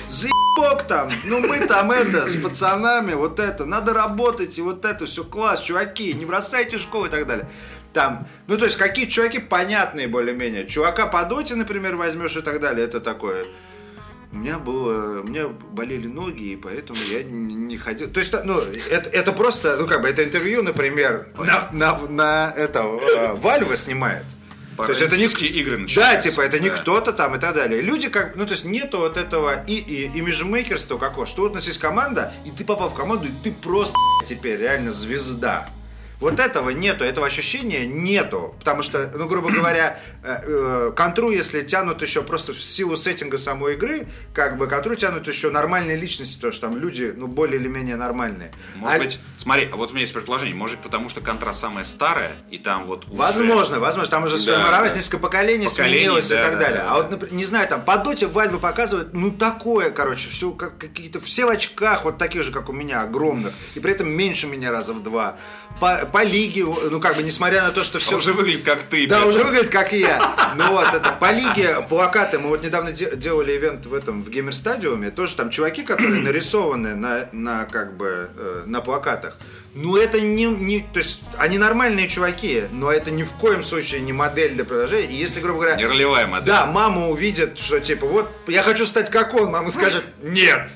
Speaker 3: заебок там, ну мы там это, с пацанами, вот это, надо работать, и вот это, все класс, чуваки, не бросайте школу и так далее. Там, ну то есть какие чуваки понятные более-менее, чувака по доте, например, возьмешь и так далее, это такое, у меня было, у меня болели ноги, и поэтому я н- не хотел. То есть, ну, это, это просто, ну, как бы, это интервью, например, на, на, на этого, э, Вальва снимает.
Speaker 2: Пора
Speaker 3: То есть это не
Speaker 2: индийские игры
Speaker 3: Да,
Speaker 2: начинаются.
Speaker 3: типа, это не
Speaker 2: Да.
Speaker 3: кто-то там и так далее. Люди как, ну, то есть нету вот этого и, и имиджмейкерства какого, что вот у нас есть команда, и ты попал в команду, и ты просто теперь реально звезда. Вот этого нету, этого ощущения нету. Потому что, ну, грубо говоря, э, э, контру, если тянут еще просто в силу сеттинга самой игры, как бы контру тянут еще нормальные личности, потому что там люди, ну, более или менее нормальные.
Speaker 2: Может
Speaker 3: А-
Speaker 2: быть, смотри, а вот у меня есть предположение, может быть, потому что контра самая старая, и там вот уже-
Speaker 3: Возможно, возможно, там уже
Speaker 2: Да,
Speaker 3: сформировалось
Speaker 2: да.
Speaker 3: несколько поколений,
Speaker 2: Поколений,
Speaker 3: сменилось и
Speaker 2: да,
Speaker 3: так
Speaker 2: да,
Speaker 3: далее.
Speaker 2: да,
Speaker 3: а
Speaker 2: да.
Speaker 3: вот, например, не знаю, там по доте Вальвы показывают, ну такое, короче, все как, какие-то все в очках, вот таких же, как у меня, огромных, и при этом меньше меня раза в два. По, по лиге, ну как бы, несмотря на то, что все
Speaker 2: Все А уже выглядит как ты.
Speaker 3: да,
Speaker 2: Петр.
Speaker 3: уже выглядит как и я. Ну вот, это по лиге плакаты. Мы вот недавно де- делали ивент в этом, в геймер-стадиуме. Тоже там чуваки, которые нарисованы на, на как бы, э, на плакатах. Ну это не, не, то есть они нормальные чуваки, но это ни в коем случае не модель для продолжения. И если, грубо говоря,
Speaker 2: Не ролевая модель.
Speaker 3: да, мама увидит, что типа вот, я хочу стать как он, мама скажет, нет.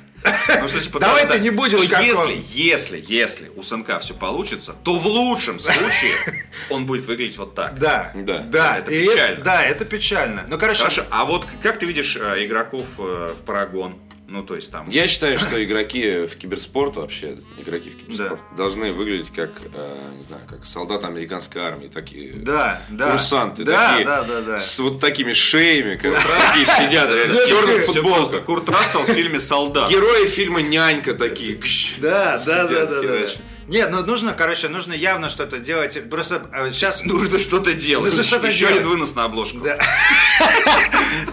Speaker 2: Ну, что, типа,
Speaker 3: Давай
Speaker 2: да,
Speaker 3: ты
Speaker 2: да.
Speaker 3: не будешь
Speaker 2: Что
Speaker 3: как он.
Speaker 2: если, если, если у СНК все получится, то в лучшем случае он будет выглядеть вот так.
Speaker 3: Да,
Speaker 1: Да.
Speaker 3: да,
Speaker 2: Это
Speaker 3: и
Speaker 2: печально.
Speaker 3: да, это печально. Ну, короче,
Speaker 2: Хорошо, а вот как ты видишь э, игроков э, в Парагон? Ну, то есть там...
Speaker 1: Я считаю, что игроки в киберспорт вообще, игроки в киберспорт, должны выглядеть как, э, не знаю, как солдаты американской армии, такие
Speaker 3: да, да.
Speaker 1: курсанты,
Speaker 3: да,
Speaker 1: такие,
Speaker 3: да, да, да.
Speaker 1: с вот такими шеями, как такие сидят, реально, в
Speaker 3: Да,
Speaker 1: черных
Speaker 3: такие.
Speaker 2: Всё просто.
Speaker 1: футболках.
Speaker 2: Курт Рассел в фильме «Солдат».
Speaker 1: Герои фильма «Нянька» такие. кш,
Speaker 3: Да, да,
Speaker 1: сидят,
Speaker 3: да, да, да.
Speaker 1: херачат.
Speaker 3: Нет, ну нужно, короче, нужно явно что-то делать. Просто сейчас
Speaker 2: Нужно что-то делать.
Speaker 3: Нужно что-то
Speaker 2: Еще
Speaker 3: делать.
Speaker 2: один вынос на обложку.
Speaker 3: Да.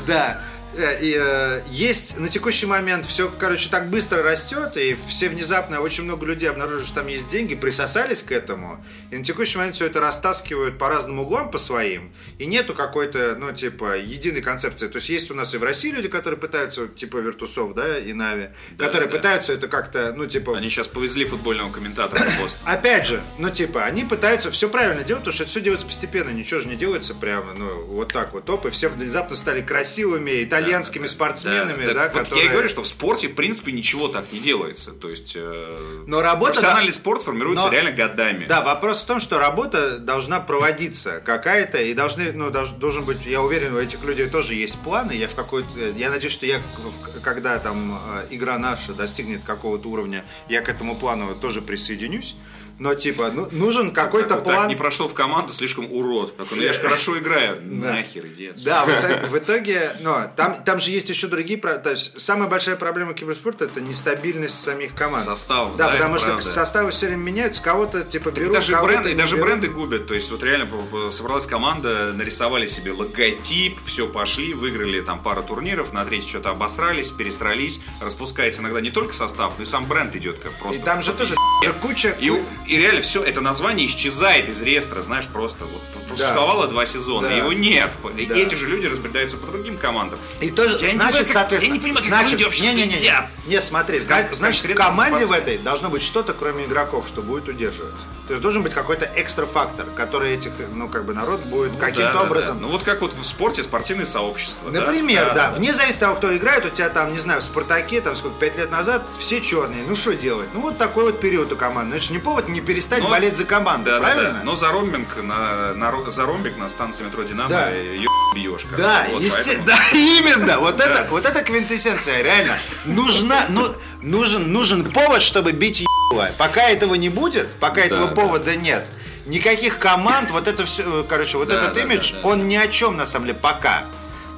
Speaker 3: Да. Э, И, э, есть на текущий момент все, короче, так быстро растет, и все внезапно, очень много людей обнаружили, что там есть деньги, присосались к этому, и на текущий момент все это растаскивают по разным углам, по своим, и нету какой-то, ну, типа, единой концепции. То есть есть у нас и в России люди, которые пытаются, типа, Виртусов, да, и Нави,
Speaker 2: Да,
Speaker 3: которые
Speaker 2: да.
Speaker 3: пытаются это как-то, ну, типа,
Speaker 2: Они сейчас повезли футбольного комментатора в пост.
Speaker 3: Опять же, ну типа, они пытаются все правильно делать, потому что это все делается постепенно, ничего же не делается прямо, ну вот так вот, оп, и все внезапно стали красивыми итальянскими спортсменами, да,
Speaker 2: вот
Speaker 3: которые...
Speaker 2: я и говорю, что в спорте, в принципе, ничего так не делается. То есть э,
Speaker 3: Но работа-
Speaker 2: профессиональный спорт формируется
Speaker 3: Ну, Но-
Speaker 2: реально годами.
Speaker 3: Да, вопрос в том, что работа должна проводиться какая-то, и должны, ну, долж- должен быть, я уверен, у этих людей тоже есть планы, я в какой-то, я надеюсь, что я, к- когда там э, игра наша достигнет какого-то уровня, я к этому плану тоже присоединюсь, но типа, ну, нужен какой-то
Speaker 2: Такой,
Speaker 3: план...
Speaker 2: Так, не прошел в команду, слишком урод. Такой, ну я же хорошо играю. Нахер иди отсюда.
Speaker 3: Да, в итоге, в итоге, но там, там же есть еще другие, про- то есть самая большая проблема киберспорта это нестабильность самих команд.
Speaker 2: Составов,
Speaker 3: Да,
Speaker 2: да,
Speaker 3: потому
Speaker 2: это
Speaker 3: что
Speaker 2: правда.
Speaker 3: составы все время меняются, кого-то типа
Speaker 2: Так
Speaker 3: берут,
Speaker 2: даже
Speaker 3: кого-то
Speaker 2: бренды,
Speaker 3: не
Speaker 2: и даже
Speaker 3: берут.
Speaker 2: бренды губят. То есть, вот реально п- п- собралась команда, нарисовали себе логотип, все пошли, выиграли там пару турниров, на третий что-то обосрались, пересрались. Распускается иногда не только состав, но и сам бренд идет как
Speaker 3: И
Speaker 2: просто.
Speaker 3: там же тоже же куча.
Speaker 2: И, у- и реально все это название исчезает из реестра, знаешь, просто вот существовало два сезона,
Speaker 3: Да.
Speaker 2: его нет. И
Speaker 3: Да.
Speaker 2: эти же люди разбредаются по другим командам.
Speaker 3: И тоже,
Speaker 2: Я не
Speaker 3: значит,
Speaker 2: понимаю, как-
Speaker 3: соответственно,
Speaker 2: я не понимаю, как
Speaker 3: значит,
Speaker 2: люди вообще
Speaker 3: не, не, не,
Speaker 2: сидят.
Speaker 3: не, не, смотри,
Speaker 2: С
Speaker 3: зна-
Speaker 2: кон- с
Speaker 3: значит, в
Speaker 2: конкретным
Speaker 3: команде в
Speaker 2: спортсменом.
Speaker 3: этой должно быть что-то, кроме игроков, что будет удерживать. То есть должен быть какой-то экстра фактор, который этих, ну, как бы, народ будет каким-то
Speaker 2: Да, да, да.
Speaker 3: образом
Speaker 2: Ну вот как вот в спорте спортивные сообщества. да?
Speaker 3: Например, да, Вне зависимости от того, кто играет, у тебя там, не знаю, в Спартаке, там сколько, пять лет назад, все черные. Ну что делать? Ну вот такой вот период у команды. Ну, Это же не повод не перестать
Speaker 2: Но-
Speaker 3: болеть за
Speaker 2: Ну,
Speaker 3: команду,
Speaker 2: Да, Ну, да,
Speaker 3: правильно?
Speaker 2: да. Но за ромбинг на, на ро- за ромбик на станции метро Динамо
Speaker 3: Да.
Speaker 2: да. бьешь. как
Speaker 3: Да,
Speaker 2: бы, вот,
Speaker 3: есте-
Speaker 2: поэтому-
Speaker 3: да, Именно, вот это, вот это квинтэссенция, реально. Нужна, ну, нужен, нужен повод, чтобы бить ебало. Пока этого не будет, пока этого
Speaker 1: да.
Speaker 3: повода нет, никаких команд, вот это все, короче, вот
Speaker 2: Да,
Speaker 3: этот
Speaker 2: да,
Speaker 3: имидж,
Speaker 2: да, да.
Speaker 3: он ни о чем на самом деле пока.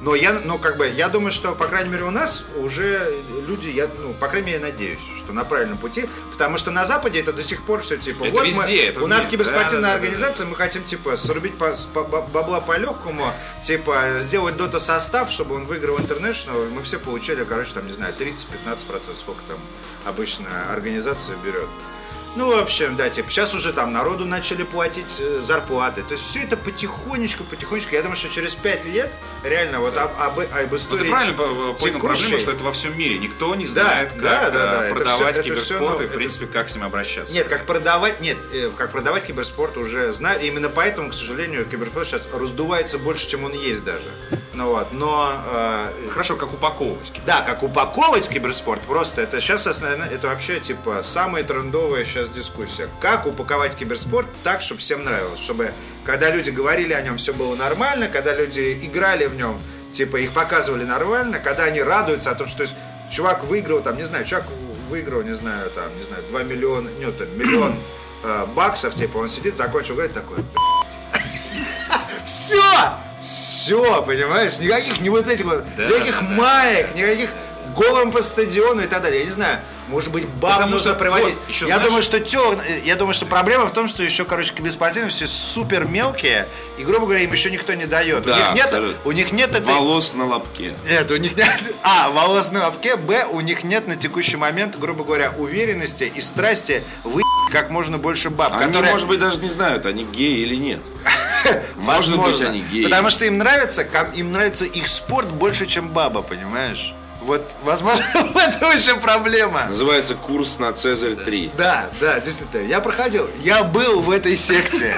Speaker 3: Но я, ну, как бы, я думаю, что, по крайней мере, у нас уже люди, я, ну, по крайней мере, я надеюсь, что на правильном пути, потому что на Западе это до сих пор все, типа,
Speaker 2: Это
Speaker 3: вот мы-
Speaker 2: везде, это
Speaker 3: у нас
Speaker 2: везде.
Speaker 3: киберспортивная
Speaker 2: Да, да, да, да, да.
Speaker 3: организация, мы хотим, типа, срубить по- с- по- ба- бабла по-легкому, типа, сделать дота состав, чтобы он выиграл интернешнл, и мы все получили, короче, там, не знаю, 30-15%, сколько там обычно организация берет. Ну, в общем, да, типа, сейчас уже там народу начали платить э, зарплаты. То есть все это потихонечку, потихонечку. Я думаю, что через 5 лет реально вот об, об, об
Speaker 2: Ну,
Speaker 3: истории... типа
Speaker 2: ты правильно по- по- понял
Speaker 3: текущей-
Speaker 2: проблему, что это во всем мире. Никто не
Speaker 3: Да,
Speaker 2: знает,
Speaker 3: да,
Speaker 2: как
Speaker 3: да, да,
Speaker 2: э,
Speaker 3: это
Speaker 2: продавать
Speaker 3: всё- это всё,
Speaker 2: киберспорт
Speaker 3: ну,
Speaker 2: и, в
Speaker 3: это-
Speaker 2: принципе, как с ним обращаться.
Speaker 3: Нет, как продавать, нет, э, как продавать киберспорт уже знаю. И Именно поэтому, к сожалению, киберспорт сейчас раздувается больше, чем он есть даже. Ну вот, но... э,
Speaker 2: Хорошо, как упаковывать.
Speaker 3: Да, как упаковывать киберспорт, просто это сейчас основная, это вообще типа самая трендовая сейчас дискуссия. Как упаковать киберспорт так, чтобы всем нравилось, чтобы когда люди говорили о нем, все было нормально, когда люди играли в нем, типа их показывали нормально, когда они радуются о том, что то есть, чувак выиграл там, не знаю, чувак выиграл, не знаю, там, не знаю, 2 миллиона, нет, там, миллион э, баксов, типа он сидит, закончил, говорит такой, все! Все, понимаешь? Никаких не вот этих вот,
Speaker 2: Да,
Speaker 3: никаких
Speaker 2: да, да,
Speaker 3: маек, никаких голым по стадиону и так далее. Я не знаю, может быть, баб
Speaker 2: Потому
Speaker 3: нужно
Speaker 2: что,
Speaker 3: проводить.
Speaker 2: вот, ещё
Speaker 3: я
Speaker 2: знаешь-
Speaker 3: думаю, что тё- э, я думаю, что проблема в том, что еще, короче, киберспортивные все супер мелкие, и, грубо говоря, им еще никто не дает.
Speaker 1: Да,
Speaker 3: у них нет,
Speaker 1: абсолютно.
Speaker 3: у них нет этой...
Speaker 1: Волос на лобке.
Speaker 3: Нет, у них нет... А, волос на лобке. Б, у них нет на текущий момент, грубо говоря, уверенности и страсти вы как можно больше баб.
Speaker 1: Они,
Speaker 3: которые-
Speaker 1: может быть, даже не знают, они геи или нет. Может
Speaker 3: Возможно.
Speaker 1: быть, они геи.
Speaker 3: Потому что им нравится, ком- им нравится их спорт больше, чем баба, понимаешь? Вот, возможно, в этом еще проблема.
Speaker 2: Ну.
Speaker 1: Называется курс на Цезарь 3.
Speaker 3: Да, да, действительно. Я проходил, я был в этой секции.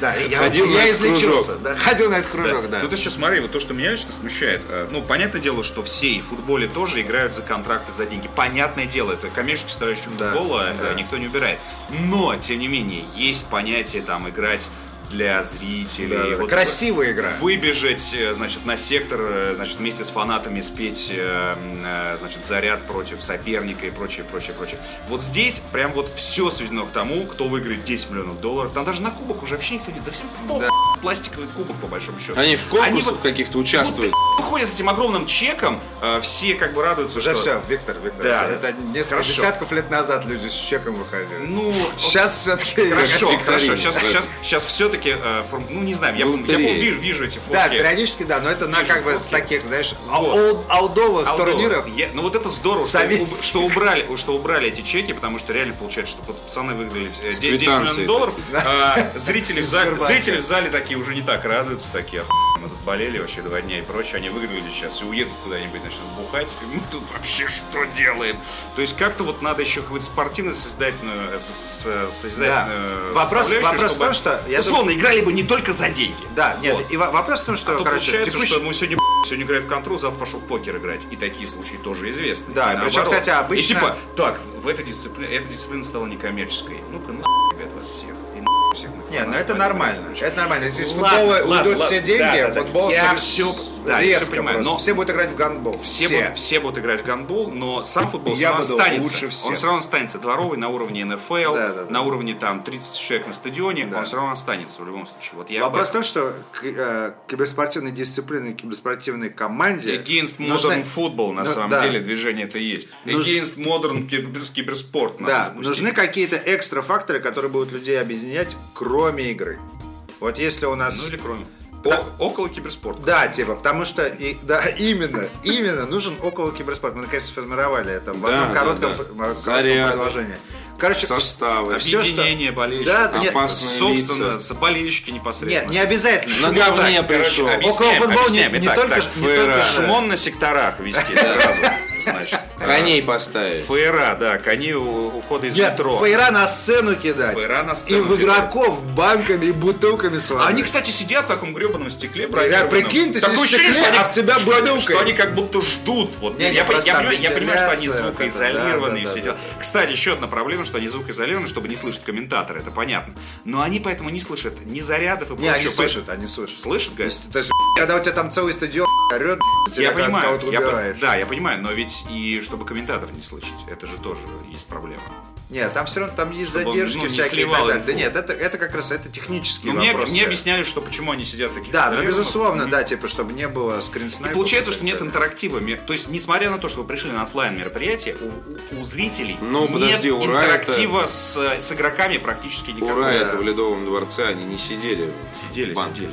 Speaker 3: Да, я,
Speaker 1: Ходил на
Speaker 3: я
Speaker 1: этот
Speaker 3: излечился.
Speaker 1: кружок.
Speaker 3: да, ходил на этот кружок, да.
Speaker 2: Э, Тут еще смотри, вот то, что меня лично смущает. э, Ну, понятное дело, что все и в футболе тоже играют за контракты, за деньги. Понятное дело, это коммерческая составляющая
Speaker 3: Да,
Speaker 2: футбола, э,
Speaker 3: да.
Speaker 2: никто не убирает. Но, тем не менее, есть понятие там играть для зрителей.
Speaker 3: Да, да,
Speaker 2: вот
Speaker 3: красивая
Speaker 2: такое.
Speaker 3: игра.
Speaker 2: Выбежать, э, значит, на сектор, э, значит, вместе с фанатами спеть, э, м, э, значит, заряд против соперника и прочее, прочее, прочее. Вот здесь прям вот все сведено к тому, кто выиграет 10 миллионов долларов. Там даже на кубок уже вообще никто не... Да всем похуй. Пластиковый кубок, по большому счету.
Speaker 1: Они в конкурсах
Speaker 2: вот-
Speaker 1: каких-то участвуют.
Speaker 2: Вот выходят с этим огромным чеком, э, все как бы радуются,
Speaker 3: Уже
Speaker 2: что...
Speaker 3: все, Виктор, Виктор.
Speaker 2: Да.
Speaker 3: это несколько
Speaker 2: Хорошо.
Speaker 3: десятков лет назад люди с чеком выходили.
Speaker 2: Ну,
Speaker 3: Сейчас все-таки...
Speaker 2: хорошо,
Speaker 1: викторина,
Speaker 2: хорошо, сейчас,
Speaker 1: да.
Speaker 2: сейчас, сейчас все-таки, ну не знаю, я, я,
Speaker 1: Лотерея.
Speaker 2: по-моему, вижу, вижу эти фотки.
Speaker 3: Да, периодически, да, но это на
Speaker 2: Вижу
Speaker 3: как бы
Speaker 2: фотки.
Speaker 3: с таких, знаешь,
Speaker 2: Вот.
Speaker 3: аул- аулдовых
Speaker 2: Outdoor.
Speaker 3: турнирах.
Speaker 2: Я- ну вот это здорово, что,
Speaker 3: Советский.
Speaker 2: уб- что убрали, что убрали эти чеки, потому что реально получается, что вот пацаны выиграли э, де- 10 миллионов
Speaker 1: квитанцией
Speaker 2: долларов, а, зрители, в зале,
Speaker 3: Сбербанка.
Speaker 2: зрители в зале такие уже не так радуются, такие, «Охуенно, мы тут болели вообще два дня и прочее, они выиграли сейчас и уедут куда-нибудь, начнут бухать, и мы тут вообще что делаем? То есть как-то вот надо еще какую-то спортивную созидательную, э, с- с- созидательную
Speaker 3: Да. Вопрос-
Speaker 2: составляющую,
Speaker 3: вопрос в
Speaker 2: чтобы,
Speaker 3: том, что я
Speaker 2: условно, играли бы не только за деньги.
Speaker 3: Да, нет,
Speaker 2: Вот.
Speaker 3: и во- вопрос в том, что,
Speaker 2: А то
Speaker 3: короче,
Speaker 2: получается,
Speaker 3: текущий-
Speaker 2: что ну, сегодня, сегодня играю в контру, завтра пошел в покер играть. И такие случаи тоже известны.
Speaker 3: Да,
Speaker 2: И
Speaker 3: причем,
Speaker 2: наоборот.
Speaker 3: кстати, обычно-
Speaker 2: И типа, так, в этой дисциплине, эта дисциплина стала некоммерческой. Ну-ка, нахуй, ребят, вас всех. И нахуй всех моих
Speaker 3: Не, ну
Speaker 2: фанатов,
Speaker 3: это
Speaker 2: поэтому
Speaker 3: нормально.
Speaker 2: короче.
Speaker 3: Это нормально. Если из
Speaker 2: Ладно,
Speaker 3: футбола
Speaker 2: ладно,
Speaker 3: уйдут
Speaker 2: ладно.
Speaker 3: все деньги,
Speaker 2: Да, да,
Speaker 3: а
Speaker 2: да.
Speaker 3: футбол
Speaker 2: Я
Speaker 3: с-
Speaker 2: всё- да, я
Speaker 3: резко
Speaker 2: всё понимаю,
Speaker 3: просто.
Speaker 2: но-
Speaker 3: Все будут играть в гандбол.
Speaker 2: Все,
Speaker 3: Все.
Speaker 2: Будут, все будут играть в гандбол, но сам футбол
Speaker 3: Я
Speaker 2: все равно
Speaker 3: буду
Speaker 2: останется.
Speaker 3: лучше всех.
Speaker 2: Он все равно останется дворовый на уровне НФЛ,
Speaker 3: Да, да, да.
Speaker 2: на уровне там 30 человек на стадионе, он все равно останется в любом случае. Вот я об
Speaker 3: Вопрос в том, что к- э, киберспортивной дисциплины, киберспортивной команде...
Speaker 2: Against
Speaker 3: нужно-
Speaker 2: Modern Football, на
Speaker 3: Ну,
Speaker 2: самом
Speaker 3: да.
Speaker 2: деле, движение это и есть.
Speaker 3: Нуж-
Speaker 2: Against Modern кибер- киберспорт. надо
Speaker 3: Да,
Speaker 2: запустить.
Speaker 3: нужны какие-то экстра факторы, которые будут людей объединять, кроме игры. Вот если у нас...
Speaker 2: Ну или кроме.
Speaker 3: Да.
Speaker 2: О- Около киберспорта.
Speaker 3: Да, типа, потому что, и, да, именно, именно, нужен около киберспорт. Мы наконец сформировали это в
Speaker 1: Да,
Speaker 3: одном
Speaker 1: да, да.
Speaker 3: коротком, ф- коротком
Speaker 1: Заряды.
Speaker 3: предложении. Короче,
Speaker 1: Составы.
Speaker 3: всё, что-
Speaker 2: Объединение болельщиков.
Speaker 3: Да, да, нет,
Speaker 1: Опасные
Speaker 2: Собственно, А
Speaker 1: лица.
Speaker 2: с- болельщики непосредственно.
Speaker 3: Нет, не обязательно.
Speaker 1: На
Speaker 3: Шумон-
Speaker 1: говне
Speaker 2: так, короче,
Speaker 1: пришел.
Speaker 2: объясняем,
Speaker 3: Около футбола не,
Speaker 2: объясняем.
Speaker 3: не
Speaker 2: Итак,
Speaker 3: только,
Speaker 2: так,
Speaker 3: не только
Speaker 1: ФРА.
Speaker 3: шумон.
Speaker 2: Шмон на секторах вести сразу, значит.
Speaker 1: Коней поставить.
Speaker 2: Фейра, да, коней у ухода из
Speaker 3: Нет,
Speaker 2: метро.
Speaker 3: фейра на сцену кидать.
Speaker 2: Фейра на
Speaker 3: И
Speaker 2: сцену
Speaker 3: в
Speaker 2: кидать.
Speaker 3: игроков банками и бутылками с
Speaker 2: А Они, кстати, сидят в таком гребаном стекле,
Speaker 3: Бля,
Speaker 2: бронированном.
Speaker 3: прикинь, ты
Speaker 2: Такое
Speaker 3: сидишь в
Speaker 2: ощущение,
Speaker 3: стекле,
Speaker 2: что они,
Speaker 3: а в тебя
Speaker 2: что они-
Speaker 3: бутылкой.
Speaker 2: Что они как будто ждут. Вот.
Speaker 3: Не,
Speaker 2: я,
Speaker 3: не,
Speaker 2: я
Speaker 3: просто
Speaker 2: понимаю- я понимаю, что они
Speaker 3: вентиляция, вот это, да,
Speaker 2: звукоизолированы и
Speaker 3: да,
Speaker 2: все
Speaker 3: да.
Speaker 2: дела. Кстати, еще одна проблема, что они звукоизолированы, чтобы не слышать комментатора, это понятно. Но они поэтому не слышат ни зарядов и
Speaker 3: Не, они
Speaker 2: прочего.
Speaker 3: слышат, они слышат.
Speaker 2: Слышат, говорят?
Speaker 3: То есть, когда у тебя там целый стадион орет, тебя
Speaker 2: Я
Speaker 3: как
Speaker 2: понимаю,
Speaker 3: кого-то
Speaker 2: я по-
Speaker 3: убираешь.
Speaker 2: да, я понимаю, но ведь и чтобы комментатор не слышать, это же тоже есть проблема.
Speaker 3: Нет, там все равно там есть
Speaker 2: Чтобы он,
Speaker 3: задержки
Speaker 2: ну, не
Speaker 3: всякие и так
Speaker 2: сливал
Speaker 3: далее. Да
Speaker 2: инфу.
Speaker 3: нет, это, это как раз это технические
Speaker 2: Но мне,
Speaker 3: вопросы.
Speaker 2: мне объясняли, что почему они сидят такие.
Speaker 3: Да, ну безусловно, да, типа, чтобы не было скринснайпов.
Speaker 2: И получается, что нет интерактива. Ме- То есть, несмотря на то, что вы пришли на оффлайн мероприятие, у, у- у зрителей
Speaker 1: Ну,
Speaker 2: нет
Speaker 1: подожди, ура,
Speaker 2: интерактива с, э, с игроками практически никакого.
Speaker 1: Ура, это в Ледовом дворце они не сидели. в
Speaker 2: Сидели,
Speaker 1: банке.
Speaker 2: сидели.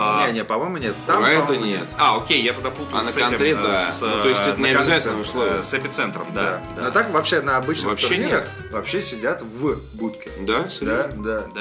Speaker 2: А,
Speaker 3: Не, не, по-моему, нет. Там,
Speaker 1: Ура, это
Speaker 3: по-моему,
Speaker 1: нет.
Speaker 2: а, окей, я тогда путаю
Speaker 1: А на
Speaker 2: с этим,
Speaker 1: контре,
Speaker 2: э,
Speaker 1: да.
Speaker 2: с,
Speaker 1: Ну, то есть это
Speaker 2: э,
Speaker 1: не
Speaker 2: на-
Speaker 1: обязательное
Speaker 2: э,
Speaker 1: условие. Ну,
Speaker 2: С эпицентром, да.
Speaker 3: Да.
Speaker 2: да.
Speaker 3: Но так вообще на обычных
Speaker 1: Вообще
Speaker 3: турнирах вообще сидят в будке.
Speaker 1: Да?
Speaker 3: Да,
Speaker 1: Серьезно?
Speaker 3: да.
Speaker 2: Да.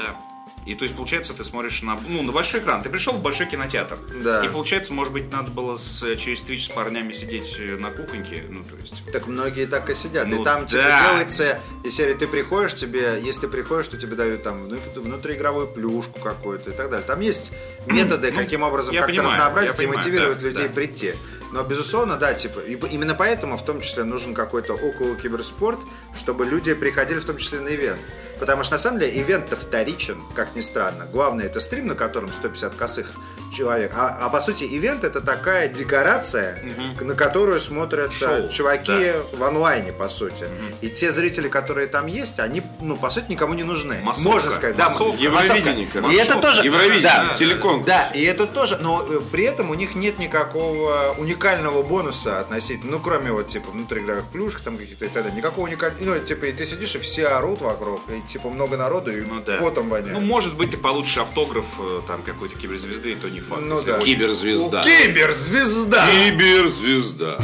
Speaker 2: И то есть, получается, ты смотришь на, ну, на большой экран. Ты пришел в большой кинотеатр.
Speaker 3: Да.
Speaker 2: И получается, может быть, надо было с, через Twitch с парнями сидеть э, на кухоньке. Ну, то есть.
Speaker 3: Так многие так и сидят.
Speaker 2: Ну
Speaker 3: и там типа,
Speaker 2: да.
Speaker 3: делается, и серии ты приходишь, тебе, если ты приходишь, то тебе дают там внут- внутриигровую плюшку какую-то и так далее. Там есть методы, каким образом
Speaker 2: Ну, я
Speaker 3: как-то
Speaker 2: понимаю,
Speaker 3: разнообразить
Speaker 2: я
Speaker 3: и
Speaker 2: понимаю,
Speaker 3: мотивировать
Speaker 2: да,
Speaker 3: людей
Speaker 2: да.
Speaker 3: прийти. Но, безусловно, да, типа, и по- именно поэтому в том числе нужен какой-то около киберспорт, чтобы люди приходили в том числе на ивент. Потому что, на самом деле, ивент-то вторичен, как ни странно. Главное, это стрим, на котором 150 косых человек. А, а по сути, ивент — это такая декорация, к- на которую смотрят
Speaker 2: Шоу,
Speaker 3: э, чуваки в онлайне, по сути. И те зрители, которые там есть, они, ну, по сути, никому не нужны.
Speaker 2: Массовка.
Speaker 3: Можно сказать, да,
Speaker 2: Массовка.
Speaker 1: Евровидение,
Speaker 3: массовка. И
Speaker 1: короче.
Speaker 3: это тоже...
Speaker 1: Евровидение,
Speaker 3: да.
Speaker 1: телеконкурс.
Speaker 3: Да, и это тоже, но э, при этом у них нет никакого уникального бонуса относительно, ну, кроме вот, типа, внутриигровых плюшек там каких-то и так далее. Никакого уникального, ну, типа, и ты сидишь, и все орут вокруг, и, типа, много народу, и
Speaker 2: Ну да.
Speaker 3: потом воняет.
Speaker 2: Ну, может быть, ты получишь автограф э, там какой-то киберзвезды, и то не факт.
Speaker 3: Ну
Speaker 2: Если
Speaker 3: да.
Speaker 2: очень-
Speaker 1: Киберзвезда.
Speaker 3: Киберзвезда!
Speaker 1: Киберзвезда.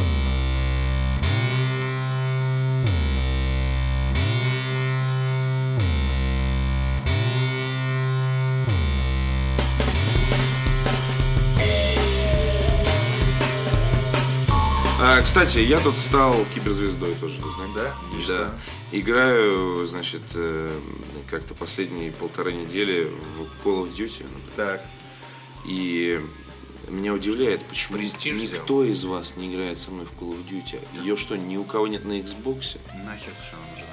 Speaker 1: А, Кстати, я тут стал киберзвездой тоже, не знаю.
Speaker 3: Да? И что?
Speaker 1: Да. Играю, значит, э, как-то последние полторы недели в Call of Duty, например.
Speaker 3: Так.
Speaker 1: И меня удивляет, почему
Speaker 2: Престиж
Speaker 1: никто из вас не играет со мной в Call of Duty. Ее что, ни у кого нет на Xbox?
Speaker 2: Нахер, что она нужна?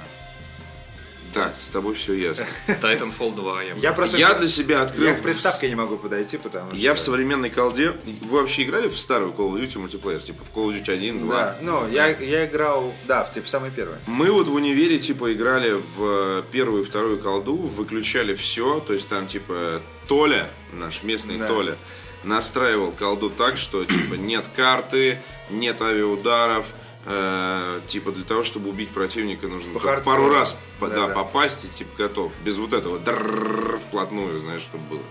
Speaker 1: Так, с тобой все ясно.
Speaker 2: Titanfall 2 я бы-
Speaker 3: Я просто...
Speaker 1: Я для себя открыл...
Speaker 3: я к приставке не могу подойти, потому что...
Speaker 1: Я в современной колде... Вы вообще играли в старую Call of Duty мультиплеер? Типа в Call of Duty 1, 2?
Speaker 3: Да, ну, я, я играл, да, в типа самый первый.
Speaker 1: Мы вот в универе, типа, играли в э, первую и вторую колду, выключали все, то есть там, типа, Толя, наш местный
Speaker 3: Да.
Speaker 1: Толя, настраивал колду так, что, типа, нет карты, нет авиаударов, э, типа, для того, чтобы убить противника, нужно
Speaker 3: По
Speaker 1: только
Speaker 3: хардкору.
Speaker 1: пару раз по-
Speaker 3: Да,
Speaker 1: да,
Speaker 3: да.
Speaker 1: попасть и, типа, готов. Без вот этого «дррррр» вплотную, знаешь, чтобы было.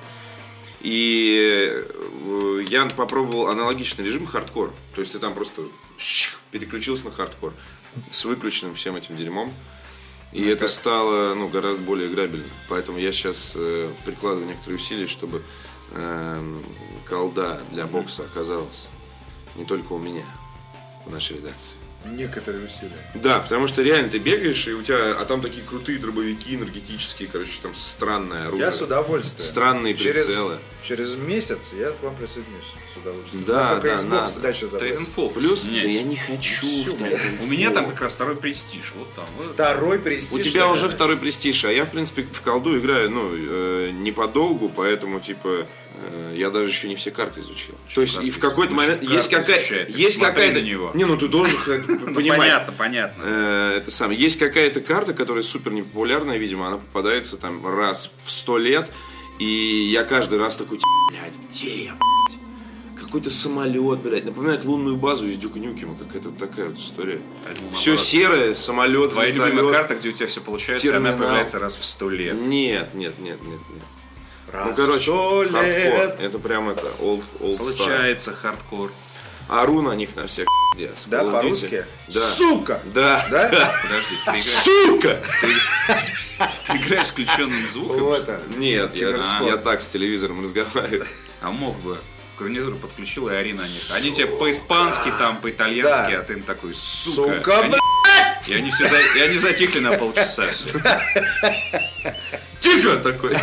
Speaker 1: И э, я попробовал аналогичный режим хардкор. То есть ты там просто щх, переключился на хардкор с выключенным всем этим дерьмом. И это стало ну, гораздо более играбельно. Поэтому я сейчас прикладываю некоторые усилия, чтобы эм, колда для бокса оказалась не только у меня, в нашей редакции.
Speaker 3: Некоторые усилия.
Speaker 1: Да, потому что реально ты бегаешь, и у тебя, а там такие крутые дробовики энергетические, короче, там странное оружие.
Speaker 3: Я с удовольствием.
Speaker 1: Странные
Speaker 3: Через-
Speaker 1: прицелы.
Speaker 3: Через месяц я к вам присоединюсь с удовольствием.
Speaker 1: Да,
Speaker 3: Надо только
Speaker 1: да,
Speaker 3: Xbox
Speaker 1: надо.
Speaker 3: дальше забрать.
Speaker 2: Titanfall.
Speaker 1: Плюс, да
Speaker 2: Нет.
Speaker 1: я не хочу в Titanfall.
Speaker 2: У меня там как раз второй престиж. Вот там. вот.
Speaker 3: Ну, Второй престиж.
Speaker 1: У тебя
Speaker 3: наверное.
Speaker 1: уже второй престиж, а я, в принципе, в колду играю, ну, э, не подолгу, поэтому, типа, э, я даже еще не все карты изучил. То есть,
Speaker 2: карты
Speaker 1: и в какой-то
Speaker 2: изучил?
Speaker 1: момент
Speaker 2: Почему
Speaker 1: есть
Speaker 2: карты
Speaker 1: какая-
Speaker 2: изучает? Ты
Speaker 1: есть
Speaker 2: посмотри
Speaker 1: какая-то...
Speaker 2: на него.
Speaker 1: Не, ну ты должен как бы,
Speaker 2: Ну,
Speaker 1: понимать.
Speaker 2: Понятно, понятно.
Speaker 1: Э, Это самое. Есть какая-то карта, которая супер непопулярная, видимо, она попадается там раз в сто лет, и я каждый раз такой, «Ть, блядь, где я, блядь? Какой-то самолет, блядь, напоминает лунную базу из Дюка Нюкема, какая-то вот такая вот история.
Speaker 2: Я думал,
Speaker 1: Все
Speaker 2: наоборот.
Speaker 1: серое, самолет,
Speaker 2: Твоя любимая
Speaker 1: звездолет.
Speaker 2: карта, где у тебя все получается, и она
Speaker 1: терминал.
Speaker 2: появляется раз в сто лет.
Speaker 1: Нет, нет, нет, нет, нет.
Speaker 3: Раз
Speaker 1: ну, короче,
Speaker 3: сто
Speaker 1: хардкор.
Speaker 3: лет.
Speaker 1: Это прям это old, old style.
Speaker 2: Случается хардкор.
Speaker 1: Ору на них на всех пиздец.
Speaker 3: Да,
Speaker 1: Call of Duty.
Speaker 3: по-русски?
Speaker 1: Да.
Speaker 3: Сука!
Speaker 1: Да.
Speaker 3: Да?
Speaker 2: Подожди, ты играешь,
Speaker 1: Сука!
Speaker 2: ты играешь с включенным звуком?
Speaker 3: Вот он.
Speaker 1: Нет, я,
Speaker 3: Киберспорт.
Speaker 1: я так с телевизором разговариваю.
Speaker 2: А мог бы. гарнитуру подключил, и ори на них. Они тебе по-испански, там, по-итальянски,
Speaker 3: Да.
Speaker 2: а ты им такой, сука.
Speaker 3: Сука,
Speaker 2: Они- И они все за- и они затихли на полчаса все. Тихо такой.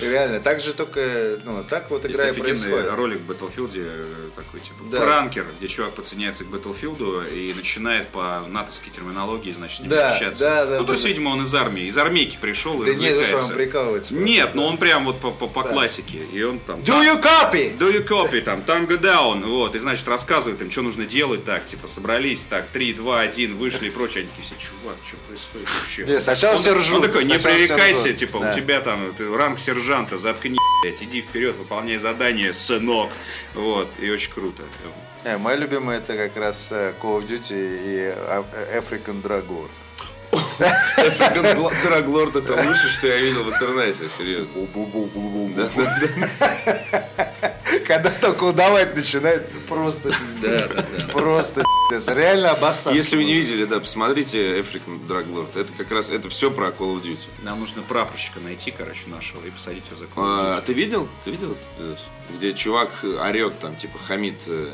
Speaker 3: Реально, так же только, ну, так вот
Speaker 2: Есть
Speaker 3: игра и
Speaker 2: офигенный
Speaker 3: происходит.
Speaker 2: ролик в Battlefield, такой типа
Speaker 3: Да.
Speaker 2: пранкер, где чувак подсоединяется к Battlefield и начинает по натовской терминологии, значит, с ним
Speaker 3: Да,
Speaker 2: общаться.
Speaker 3: да, да,
Speaker 2: ну, то
Speaker 3: да,
Speaker 2: есть,
Speaker 3: да.
Speaker 2: видимо, он из армии, из армейки пришел и
Speaker 3: Да нет, ну что, он
Speaker 2: развлекается.
Speaker 3: прикалывается.
Speaker 2: Нет, но он прям вот по, по- по классике. И он там...
Speaker 3: Do you copy?
Speaker 2: Do you copy, там, tango down, вот, и, значит, рассказывает им, что нужно делать, так, типа, собрались, так, 3, 2, 1, вышли и прочее, они такие все, чувак, что происходит вообще?
Speaker 3: Не, сначала
Speaker 2: он,
Speaker 3: все
Speaker 2: он
Speaker 3: ржут,
Speaker 2: такой, не
Speaker 3: сначала все
Speaker 2: пререкайся,
Speaker 3: ржут,
Speaker 2: типа,
Speaker 3: да.
Speaker 2: у тебя там, ты ранг сержанта, заткни, блядь, иди вперед, выполняй задание, сынок, вот, и очень круто.
Speaker 3: Э, моя любимая это как раз э, Call of Duty и э, African Dragon.
Speaker 1: ну, Драглорд это лучше, что я видел в интернете, серьезно. Да, да,
Speaker 3: Когда только удавать начинает, просто пиздец. Просто пиздец. Реально
Speaker 1: да.
Speaker 3: обоссаться.
Speaker 1: Если вы не видели, да, посмотрите African Драглорд. Это как раз, это все про Call of Duty.
Speaker 2: Нам нужно прапорщика найти, короче, нашего, и посадить его за
Speaker 1: А,
Speaker 2: колокольчик.
Speaker 1: ты видел? Ты видел этот видос? Где чувак орет там, типа, хамит э,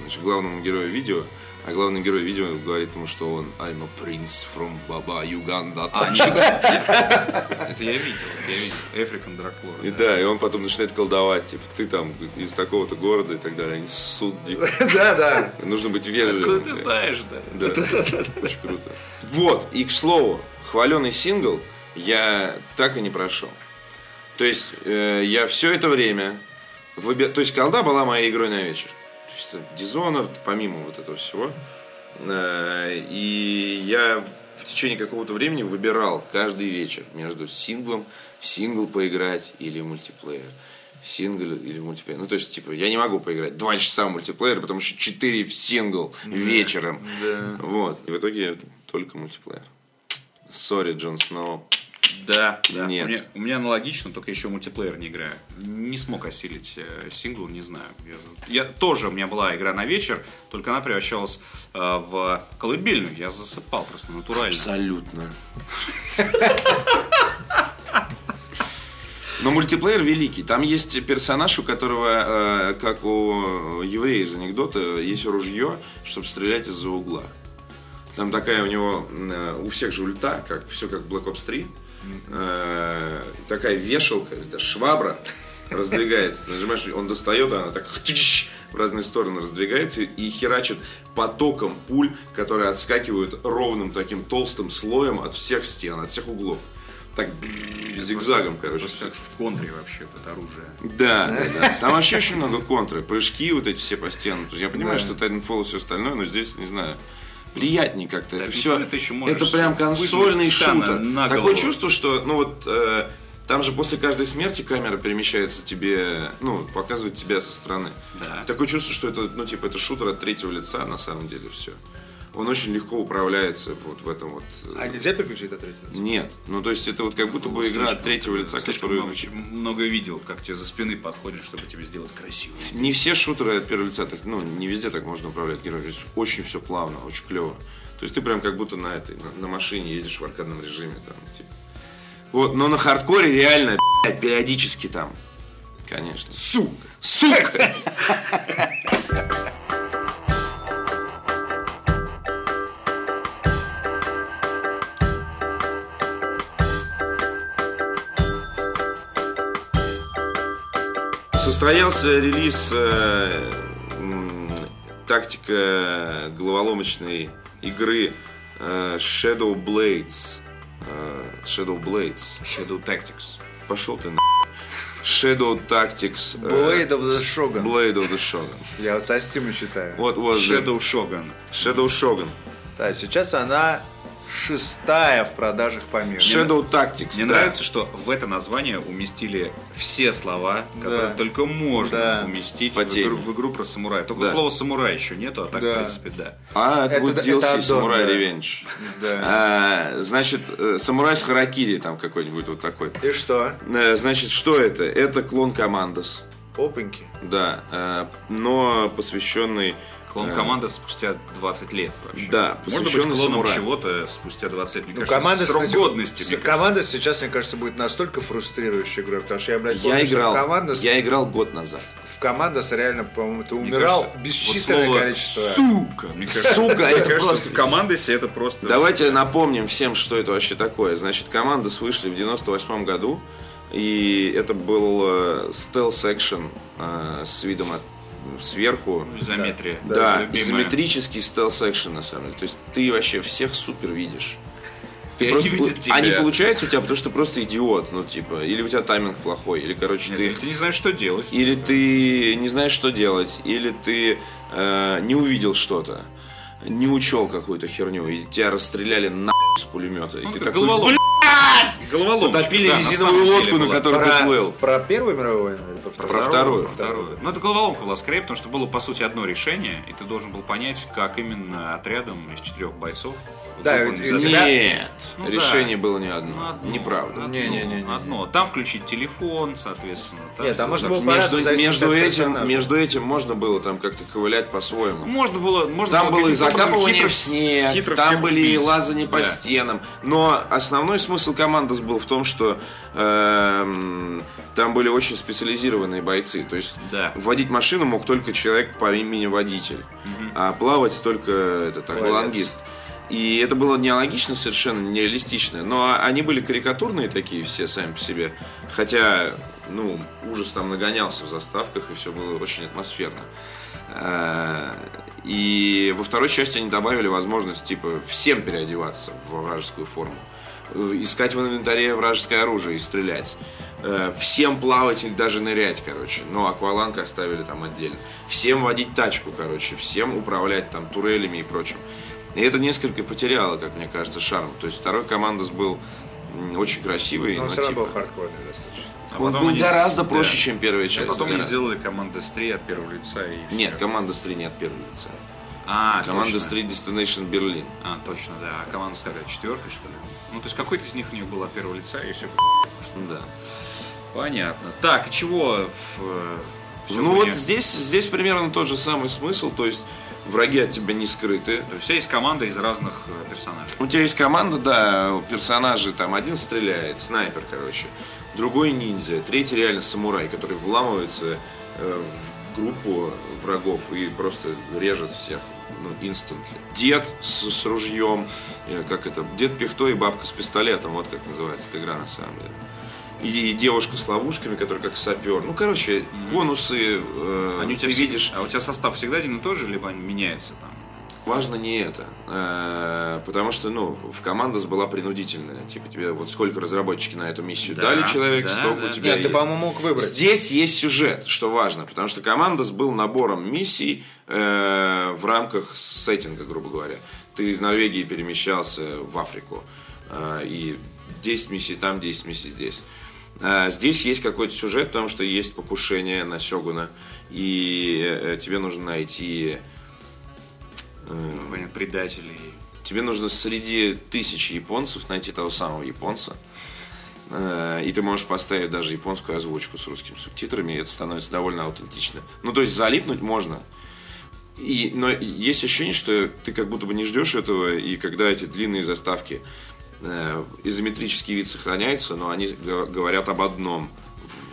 Speaker 1: значит, главному герою видео, а главный герой видео говорит ему, что он I'm a prince from Baba, Uganda.
Speaker 2: А, нет, это я видел, это я видел, Эфрикан Драклор.
Speaker 1: И да, и он потом начинает колдовать, типа, ты там из такого-то города и так далее. Они ссут дико.
Speaker 3: Да, да.
Speaker 1: Нужно быть
Speaker 2: Откуда
Speaker 1: вежливым.
Speaker 2: ты знаешь, да?
Speaker 1: Да, очень круто. Вот, и к слову, хваленый сингл я так и не прошел. То есть э, я все это время... выби- То есть колда была моей игрой на вечер. То есть это Дизонов, помимо вот этого всего. Э, И я в- в течение какого-то времени выбирал каждый вечер между синглом, в сингл поиграть или в мультиплеер. Сингл или в мультиплеер. Ну, то есть, типа, я не могу поиграть два часа в мультиплеер, потом еще четыре в сингл вечером. Вот. И в итоге только мультиплеер. Сори, Джон Сноу.
Speaker 2: Да, да.
Speaker 1: Нет.
Speaker 2: У, меня, у меня аналогично, только еще мультиплеер не играю. Не смог осилить э, сингл, не знаю. Я, я- тоже у меня была игра на вечер, только она превращалась э, в колыбельную. Я засыпал просто натурально.
Speaker 1: Абсолютно. Но мультиплеер великий. Там есть персонаж, у которого, э, как у еврея из анекдота, есть ружье, чтобы стрелять из-за угла. Там такая у него, э, у всех же ульта, как, все как в Black Ops 3. Э, такая вешалка, это швабра раздвигается. Ты Нажимаешь, он достает, а она так хтыщ в разные стороны раздвигается и херачит потоком пуль, которые отскакивают ровным таким толстым слоем от всех стен, от всех углов. Так зигзагом, короче.
Speaker 2: Просто как в контре вообще вот это оружие.
Speaker 1: Да, да, да. Там вообще очень много контры. Прыжки вот эти все по стенам. То есть Я понимаю, что Titanfall и все остальное, но здесь, не знаю, приятнее как-то. Это
Speaker 2: Titanfall
Speaker 1: все...
Speaker 2: ты еще можешь
Speaker 1: Это прям консольный
Speaker 2: вызвать титана
Speaker 1: шутер.
Speaker 2: на
Speaker 1: Такое
Speaker 2: голову.
Speaker 1: чувство, что, ну вот... э, там же после каждой смерти камера перемещается тебе, ну, показывает тебя со стороны.
Speaker 2: Да.
Speaker 1: Такое чувство, что это, ну, типа, это шутер от третьего лица, на самом деле, все. Он очень легко управляется вот в этом вот... э,
Speaker 4: А нельзя переключить на третий?
Speaker 1: Нет. Ну, то есть это вот как будто бы игра от третьего лица,
Speaker 2: Слишком
Speaker 1: которую...
Speaker 2: много, много видел, как тебе за спины подходит, чтобы тебе сделать красиво.
Speaker 1: Не все шутеры от первого лица, так, ну, не везде так можно управлять героем. То есть Очень все плавно, очень клево. То есть ты прям как будто на этой, на, на машине едешь в аркадном режиме. Там, типа. Вот, но на хардкоре реально, блядь, периодически там. Конечно. Сука! Сука! Состоялся релиз э, м, тактика головоломочной игры э, Shadow Blades. Э, Shadow Blades.
Speaker 2: Shadow Tactics.
Speaker 1: Пошел ты на Shadow Tactics. э,
Speaker 3: Blade of the Shogun.
Speaker 1: Blade of the Shogun.
Speaker 3: Я вот со Steam считаю.
Speaker 1: Вот вот
Speaker 2: Shadow Shogun.
Speaker 1: Shadow Shogun.
Speaker 3: Да, сейчас она шестая в продажах по миру.
Speaker 1: Shadow Tactics.
Speaker 2: Мне
Speaker 1: да.
Speaker 2: нравится, что в это название уместили все слова, которые
Speaker 3: Да.
Speaker 2: только можно
Speaker 3: Да.
Speaker 2: уместить в
Speaker 1: По теме.
Speaker 2: игру, в игру про самурая. Только
Speaker 1: Да.
Speaker 2: слова самурай еще нету, а так,
Speaker 3: Да.
Speaker 2: в принципе, да.
Speaker 1: А, это,
Speaker 3: Это-
Speaker 1: будет
Speaker 3: это
Speaker 1: DLC
Speaker 3: аддон,
Speaker 1: Samurai
Speaker 3: да.
Speaker 1: Revenge.
Speaker 3: Да.
Speaker 1: А, значит, э, самурай с Харакири там какой-нибудь вот такой.
Speaker 3: И что?
Speaker 1: Э, Значит, что это? Это клон Командос.
Speaker 3: Опаньки.
Speaker 1: Да, э, но посвященный
Speaker 2: Клон команда спустя 20 лет вообще.
Speaker 1: Да,
Speaker 2: Можно быть
Speaker 1: посвящен
Speaker 2: клоном
Speaker 1: самураю.
Speaker 2: чего-то спустя 20 лет, мне
Speaker 3: Ну,
Speaker 2: кажется,
Speaker 3: команда,
Speaker 2: срок
Speaker 3: кстати,
Speaker 2: годности,
Speaker 3: с-
Speaker 2: мне кажется.
Speaker 3: команда сейчас, мне кажется, будет настолько фрустрирующей игрой, потому что я, блядь,
Speaker 1: Я
Speaker 3: помню, что
Speaker 1: играл,
Speaker 3: в командос,
Speaker 1: я играл год назад.
Speaker 3: в командос реально, по-моему, ты
Speaker 2: Мне
Speaker 3: умирал
Speaker 2: кажется,
Speaker 3: бесчисленное
Speaker 2: вот слово
Speaker 3: количество.
Speaker 2: Сука! Мне кажется,
Speaker 1: Сука,
Speaker 2: мне
Speaker 1: это
Speaker 2: кажется,
Speaker 1: просто-
Speaker 2: в командосе это просто...
Speaker 1: Давайте напомним всем, что это вообще такое. Значит, команды вышли в 98 году, и это был э, стелс-экшен э, с видом от- сверху.
Speaker 2: Изометрия.
Speaker 1: Да,
Speaker 2: любимая.
Speaker 1: изометрический стелс-экшен, на самом деле. То есть ты вообще всех супер видишь.
Speaker 2: И
Speaker 1: Ты
Speaker 2: они
Speaker 1: просто
Speaker 2: видят
Speaker 1: пл-
Speaker 2: тебя.
Speaker 1: Они получаются у тебя, потому что ты просто идиот, ну типа, или у тебя тайминг плохой, или короче
Speaker 2: Нет,
Speaker 1: ты,
Speaker 2: или ты не знаешь, что делать.
Speaker 1: или ты не знаешь, что делать, или ты э, не увидел что-то, не учел какую-то херню, и тебя расстреляли на с пулемета, и
Speaker 2: Ну,
Speaker 1: ты
Speaker 2: как
Speaker 1: такой,
Speaker 2: головоломка. Головоломка.
Speaker 1: Топили
Speaker 2: да, на
Speaker 1: резиновую
Speaker 2: самом деле
Speaker 1: лодку, на
Speaker 2: была.
Speaker 1: которой ты плыл.
Speaker 3: Про Первую мировую войну или про
Speaker 1: Про
Speaker 3: вторую?
Speaker 1: вторую.
Speaker 2: Второе. Ну, это головоломка была скорее, потому что было, по сути, одно решение, и ты должен был понять, как именно отрядом из четырех бойцов
Speaker 3: Да,
Speaker 2: выполнить
Speaker 3: и- и-
Speaker 2: задачу.
Speaker 3: тебя-
Speaker 1: Нет,
Speaker 2: Ну да.
Speaker 1: решение было не одно,
Speaker 2: Ну, одно,
Speaker 1: неправда.
Speaker 2: одно,
Speaker 3: Не-не-не-не.
Speaker 2: Одно. Там включить телефон, соответственно.
Speaker 1: а
Speaker 3: Нет, там
Speaker 2: всё так.
Speaker 3: можно было
Speaker 1: Между,
Speaker 3: по-разному, в зависимости
Speaker 1: между
Speaker 3: от
Speaker 1: этим,
Speaker 3: персонажа.
Speaker 1: между этим можно было там как-то ковылять по-своему.
Speaker 2: Ну, Можно было, можно
Speaker 1: Там было и
Speaker 2: каким-то образом
Speaker 1: закапывание
Speaker 2: хитро
Speaker 1: в
Speaker 2: вс-
Speaker 1: снег,
Speaker 2: хитро
Speaker 1: там
Speaker 2: всех
Speaker 1: были и
Speaker 2: убить.
Speaker 1: лазание по
Speaker 2: Да.
Speaker 1: стенам. Но основной смысл команды был в том, что эм, там были очень специализированные бойцы. То есть
Speaker 2: Да. А
Speaker 1: водить машину мог только человек по имени водитель, а плавать только этот аквалангист. И это было не аналогично, совершенно нереалистично. Но а, они были карикатурные такие все сами по себе. Хотя, ну, ужас там нагонялся в заставках, и все было очень атмосферно. А, И во второй части они добавили возможность, типа, всем переодеваться во вражескую форму. Э, Искать в инвентаре вражеское оружие и стрелять. Э, Всем плавать и даже нырять, короче. Но акваланг оставили там отдельно. Всем водить тачку, короче. Всем управлять там турелями и прочим. И это несколько потеряло, как мне кажется, шарм. То есть второй командос был м, очень красивый. но,
Speaker 3: Но Ну, он все равно
Speaker 1: типа,
Speaker 3: был хардкорный достаточно.
Speaker 2: А
Speaker 1: он
Speaker 2: потом
Speaker 1: был
Speaker 2: они-
Speaker 1: гораздо
Speaker 2: Да.
Speaker 1: проще, чем первая
Speaker 2: А
Speaker 1: часть.
Speaker 2: потом они
Speaker 1: гораздо.
Speaker 2: сделали команды Стрей от первого лица и всё.
Speaker 1: Нет, команда 3 не от первого лица.
Speaker 2: А,
Speaker 1: Команда
Speaker 2: точно.
Speaker 1: Street Destination Berlin.
Speaker 2: А, точно, да. А команда какая? Четвертая, что ли? Ну, то есть какой-то из них у них был от первого лица и все.
Speaker 1: Ну Да.
Speaker 2: Понятно. Так, и чего? в, э, всё
Speaker 1: ну
Speaker 2: мне-
Speaker 1: вот здесь, здесь примерно тот же самый смысл, то есть враги от тебя не скрыты.
Speaker 2: То есть у тебя есть команда из разных э, персонажей.
Speaker 1: У тебя есть команда, да, персонажи там один стреляет, снайпер, короче, другой ниндзя, третий реально самурай, который вламывается э, в группу врагов и просто режет всех, ну, instantly. Дед с, с ружьем, э, как это, дед пихто и бабка с пистолетом, вот как называется эта игра на самом деле. И девушка с ловушками, которая как сапер. Ну, короче, конусы, э,
Speaker 2: Они у
Speaker 1: ты
Speaker 2: тебя всегда-
Speaker 1: видишь,
Speaker 2: А у тебя состав всегда один и тот же, либо они меняются там?
Speaker 1: Важно не это, Э, потому что, ну, в командос была принудительная. Типа, тебе вот сколько разработчики на эту миссию
Speaker 2: Да,
Speaker 1: дали человек,
Speaker 2: да,
Speaker 1: столько
Speaker 2: да.
Speaker 1: у тебя
Speaker 3: Нет, ты,
Speaker 1: есть.
Speaker 3: по-моему, мог выбрать.
Speaker 1: Здесь есть сюжет, что важно, потому что командос был набором миссий э, в рамках сеттинга, грубо говоря. Ты из Норвегии перемещался в Африку, э, и 10 миссий там, 10 миссий здесь. А, Здесь есть какой-то сюжет, потому что есть покушение на Сёгуна, и э, тебе нужно найти
Speaker 2: Ну, понятно, предателей.
Speaker 1: Тебе нужно среди тысячи японцев найти того самого японца. Э, И ты можешь поставить даже японскую озвучку с русскими субтитрами, и это становится довольно аутентично. Ну, то есть залипнуть можно. И, но есть ощущение, что ты как будто бы не ждешь этого, и когда эти длинные заставки, э, изометрический вид сохраняется, но они г- говорят об одном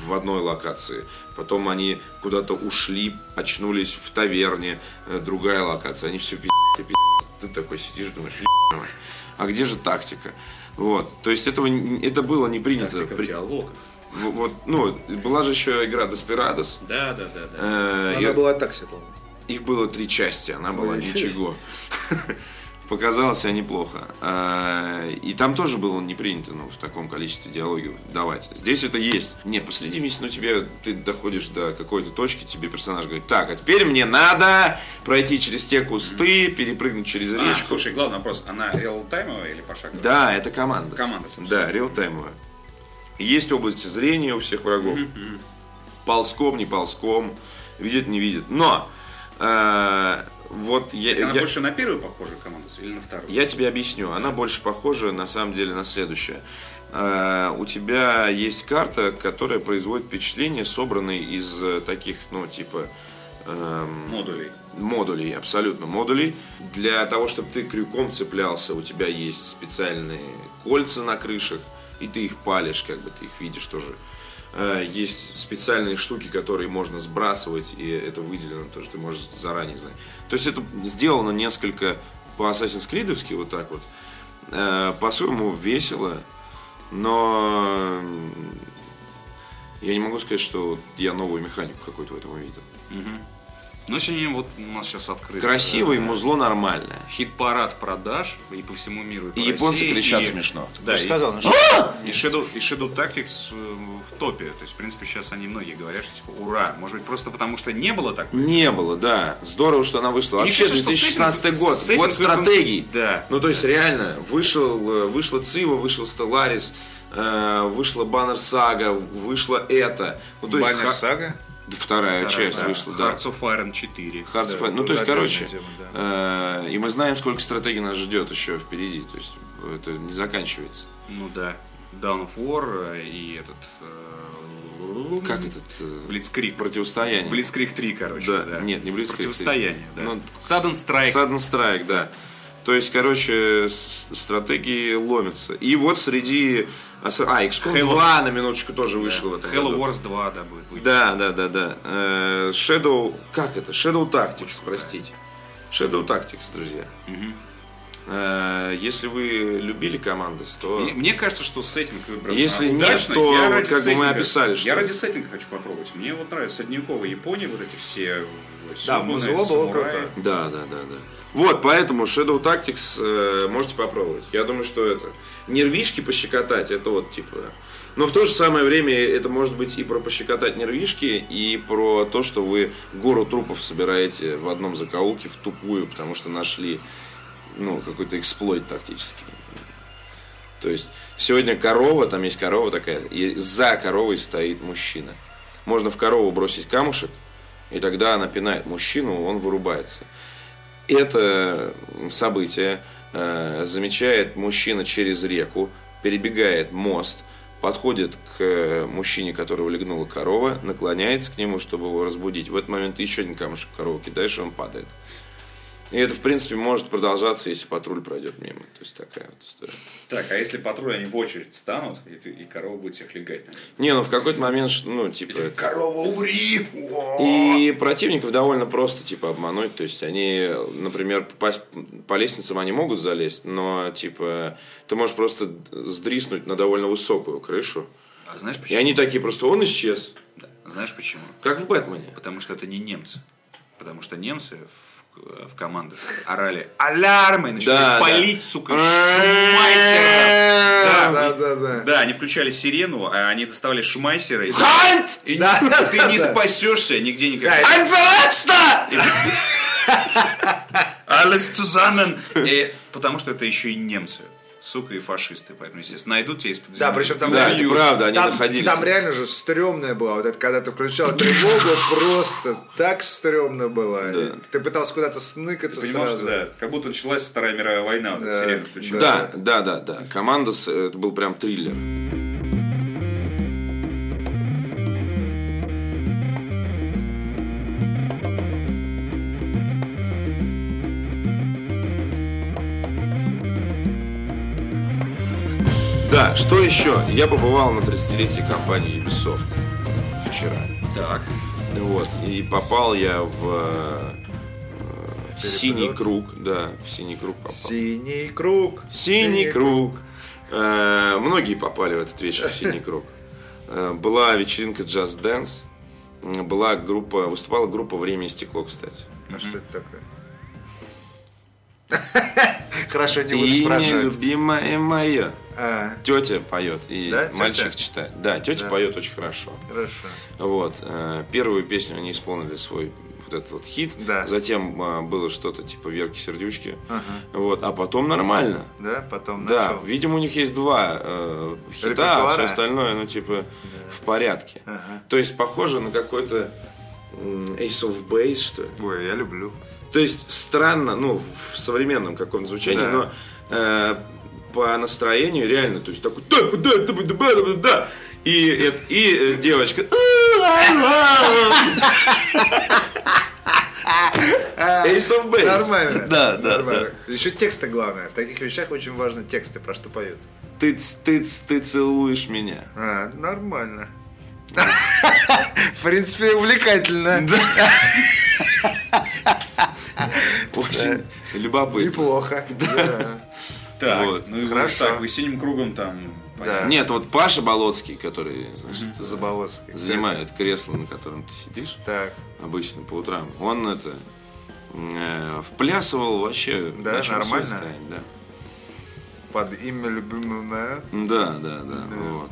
Speaker 1: в одной локации. Потом они куда-то ушли, очнулись в таверне, э, другая локация. Они все пиздят и пиздят. Ты такой сидишь, думаешь, «Ё-моё, а где же тактика? Вот, то есть этого, н- это было не принято.
Speaker 2: Тактика
Speaker 1: При-
Speaker 2: диалогов.
Speaker 1: в- Вот, ну, была же еще игра Desperados.
Speaker 2: Да, да, да, да.
Speaker 1: Э, и-
Speaker 3: Она была так себе, по-моему.
Speaker 1: их было три части, она была ничего. Показалось себя неплохо. А, И там тоже было не принято ну, в таком количестве диалогов давать. Здесь это есть. Не, посреди миссии, ну тебе ты доходишь до какой-то точки, тебе персонаж говорит, так, а теперь мне надо пройти через те кусты, перепрыгнуть через
Speaker 2: А,
Speaker 1: речку.
Speaker 2: слушай, главный вопрос, она реалтаймовая или пошаговая?
Speaker 1: Да, это команда.
Speaker 2: Команда, собственно.
Speaker 1: Да, реалтаймовая. Есть области зрения у всех врагов. Ползком, не ползком. Видит, не видит. Но э, вот я,
Speaker 2: Она
Speaker 1: я-
Speaker 2: больше на первую похожа команду или на вторую?
Speaker 1: я тебе объясню. Она больше похожа на самом деле на следующее. Э, у тебя есть карта, которая производит впечатление, собранной из э, таких, ну, типа... эм,
Speaker 2: Модулей.
Speaker 1: модулей, абсолютно модулей. Для того, чтобы ты крюком цеплялся, у тебя есть специальные кольца на крышах, и ты их палишь, как бы ты их видишь тоже. Э, Есть специальные штуки, которые можно сбрасывать, и это выделено, то, что ты можешь заранее знать. То есть это сделано несколько по Assassin's Creed вот так вот. Э, По-своему весело, но м, я не могу сказать, что вот я новую механику какую-то в этом увидел.
Speaker 2: Ну, сегодня вот у нас сейчас открыт.
Speaker 1: Красиво и
Speaker 2: э,
Speaker 1: музло нормальное.
Speaker 2: Хит-парад продаж и по всему миру. по
Speaker 1: И японцы
Speaker 2: России,
Speaker 1: кричат
Speaker 2: и-
Speaker 1: смешно.
Speaker 2: Да, и,
Speaker 3: сказал, ну, что-
Speaker 2: и Shadow, и Shadow Tactics э, в топе. То есть, в принципе, сейчас они многие говорят, что типа ура. Может быть, просто потому что не было такого.
Speaker 1: Не было, да. Здорово, что она вышла.
Speaker 2: Мне
Speaker 1: Вообще,
Speaker 2: кажется, что
Speaker 1: 2016
Speaker 2: с этим-
Speaker 1: год.
Speaker 2: с этим
Speaker 1: год
Speaker 2: только-
Speaker 1: стратегий.
Speaker 2: Да.
Speaker 1: Ну, то есть, реально, вышел, э, вышла Цива, вышел Stellaris, э, вышла Баннер Сага, вышла это. Ну, то есть,
Speaker 4: Баннер
Speaker 1: ха-
Speaker 4: Сага?
Speaker 1: Да, Вторая часть
Speaker 2: Да.
Speaker 1: вышла, да.
Speaker 2: Hearts of Iron 4.
Speaker 1: Hearts of Iron. Ну, то есть,
Speaker 4: отдельная
Speaker 1: короче,
Speaker 4: тема,
Speaker 1: э, и мы знаем, сколько стратегий нас ждет еще впереди. То есть, это не заканчивается.
Speaker 2: Ну да. Down of War э, и этот... э,
Speaker 1: Как этот... э,
Speaker 2: Блицкрик.
Speaker 1: Противостояние.
Speaker 2: Блицкрик 3, короче.
Speaker 1: Да, нет, не Blitzkrieg 3.
Speaker 2: Противостояние, да.
Speaker 1: Ну,
Speaker 2: Sudden Strike.
Speaker 1: Sudden Strike, да. То есть, короче, с- стратегии ломятся. И вот среди... ос- А, XCOM
Speaker 2: Halo.
Speaker 1: 2 на минуточку тоже вышло в этом
Speaker 2: Hello
Speaker 1: году.
Speaker 2: Wars 2, да, будет. выйти.
Speaker 1: Да, да, да, да. Э, Shadow... Как это? Shadow Tactics, простите. Shadow Tactics, друзья.
Speaker 2: Мгм.
Speaker 1: Э, Если вы любили команды, то...
Speaker 2: Мне, мне кажется, что сеттинг выбран
Speaker 1: Если
Speaker 2: а,
Speaker 1: нет,
Speaker 2: удачно.
Speaker 1: то
Speaker 2: Я
Speaker 1: вот
Speaker 2: ради
Speaker 1: как бы мы
Speaker 2: сеттинга-
Speaker 1: описали, что-
Speaker 2: Я ради сеттинга хочу попробовать. Мне вот нравится средневековая Япония, вот эти все...
Speaker 3: Да,
Speaker 2: сёгуны,
Speaker 3: музло было
Speaker 2: самураи.
Speaker 3: круто.
Speaker 1: Да, да, да, да. Вот, поэтому Shadow Tactics э, можете попробовать. Я думаю, что это. Нервишки пощекотать, это вот типа. Но в то же самое время это может быть и про пощекотать нервишки, и про то, что вы гору трупов собираете в одном закоулке в тупую, потому что нашли ну, какой-то эксплойт тактический. То есть сегодня корова, там есть корова такая, и за коровой стоит мужчина. Можно в корову бросить камушек, и тогда она пинает мужчину, он вырубается. Это событие э, замечает мужчина через реку, перебегает мост, подходит к э, мужчине, которого легнула корова, наклоняется к нему, чтобы его разбудить. В этот момент ты еще один камушек в корову кидаешь, и он падает. И это, в принципе, может продолжаться, если патруль пройдет мимо. То есть такая вот история.
Speaker 2: Так, а если патруль, они в очередь станут, и, ты- и корова будет всех легать на них.
Speaker 1: Не, ну в какой-то момент, что, ну, типа... это-
Speaker 2: Корова, умри!
Speaker 1: И противников довольно просто, типа, обмануть. То есть они, например, попасть по лестницам они могут залезть, но, типа, ты можешь просто сдриснуть на довольно высокую крышу.
Speaker 2: А знаешь
Speaker 1: И
Speaker 2: почему?
Speaker 1: они такие просто, он исчез.
Speaker 2: Да. Знаешь почему?
Speaker 1: Как в Бэтмене.
Speaker 2: Потому что это не немцы. Потому что немцы в, в командах орали «Алярмы!» и начали
Speaker 1: Да, да.
Speaker 2: палить, сука, шумайсером. Да,
Speaker 4: Да, да, да.
Speaker 2: да, они включали сирену, а они доставали шумайсеры. И
Speaker 1: Хант!
Speaker 2: ты не спасешься нигде никак.
Speaker 4: Да,
Speaker 2: Alles zusammen! И Потому что это еще и немцы. Сука, и фашисты. Поэтому, естественно, найдут тебя из-под
Speaker 4: Да,
Speaker 2: земли.
Speaker 4: причем там
Speaker 1: Да,
Speaker 4: реально-
Speaker 1: это правда, они
Speaker 4: там,
Speaker 1: находились.
Speaker 4: там реально же стрёмная была. Вот это, когда ты включал тревогу, просто так стрёмно было. И Ты пытался куда-то сныкаться
Speaker 2: Ты понимаешь,
Speaker 4: сразу.
Speaker 2: что, да, как будто началась Вторая мировая война, вот эта
Speaker 4: Да,
Speaker 2: сирена включилась.
Speaker 1: Да, да, да, да. Команда, с- это был прям триллер. Да, что еще? Я побывал на 30-летии компании Ubisoft вчера.
Speaker 2: Так.
Speaker 1: Вот, и попал я в, э, в синий круг, да, в синий круг попал.
Speaker 4: Синий круг.
Speaker 1: Синий круг. Э, Многие попали в этот вечер в синий круг. Э, Была вечеринка Just Dance. м, Была группа, выступала группа «Время и стекло», кстати.
Speaker 4: А что это такое? Хорошо, не буду
Speaker 1: Имя
Speaker 4: спрашивать.
Speaker 1: любимое мое.
Speaker 4: А,
Speaker 1: Тетя поет, и
Speaker 4: Да, тетя?
Speaker 1: мальчик читает. Да, тетя поет очень хорошо.
Speaker 4: хорошо.
Speaker 1: Вот. э, Первую песню они исполнили свой вот этот вот хит.
Speaker 4: Да.
Speaker 1: Затем э, было что-то типа Верки Сердючки. Вот. А потом нормально.
Speaker 4: Да, потом
Speaker 1: Да,
Speaker 4: нашел.
Speaker 1: видимо, у них есть два э, хита, а
Speaker 4: Репертуара.
Speaker 1: все остальное, ну, типа, в порядке.
Speaker 4: Ага.
Speaker 1: То есть, похоже на какой-то м, Ace of Base, что ли.
Speaker 4: Ой, я люблю.
Speaker 1: То есть, странно, ну, в современном каком-то звучании,
Speaker 4: Да.
Speaker 1: но э, по настроению реально, то есть, такой... «Да, да, да, да, да, да, да». И, эт- и э, девочка... «А, а, а». Ace of Base.
Speaker 4: Нормально.
Speaker 2: Да, да,
Speaker 4: Нормально. Еще тексты главное. В таких вещах очень важны тексты, про что поют.
Speaker 1: Ты, ц- ты, ц- ты целуешь меня.
Speaker 4: А, нормально. В принципе, увлекательно.
Speaker 1: Очень любопытно.
Speaker 4: Неплохо. Да.
Speaker 2: Так,
Speaker 1: Вот,
Speaker 2: ну и
Speaker 1: хорошо.
Speaker 2: хорошо. так, и синим кругом там... понятно.
Speaker 1: Нет, вот Паша Болоцкий, который, значит,
Speaker 4: Заболоцкий.
Speaker 1: занимает кресло, на котором ты сидишь
Speaker 4: Так,
Speaker 1: обычно по утрам, он это э, вплясывал вообще.
Speaker 4: Да,
Speaker 1: на чём
Speaker 4: нормально.
Speaker 1: свет стоит, да.
Speaker 4: под имя любимого моя.
Speaker 1: Ну Да, да, да. Вот.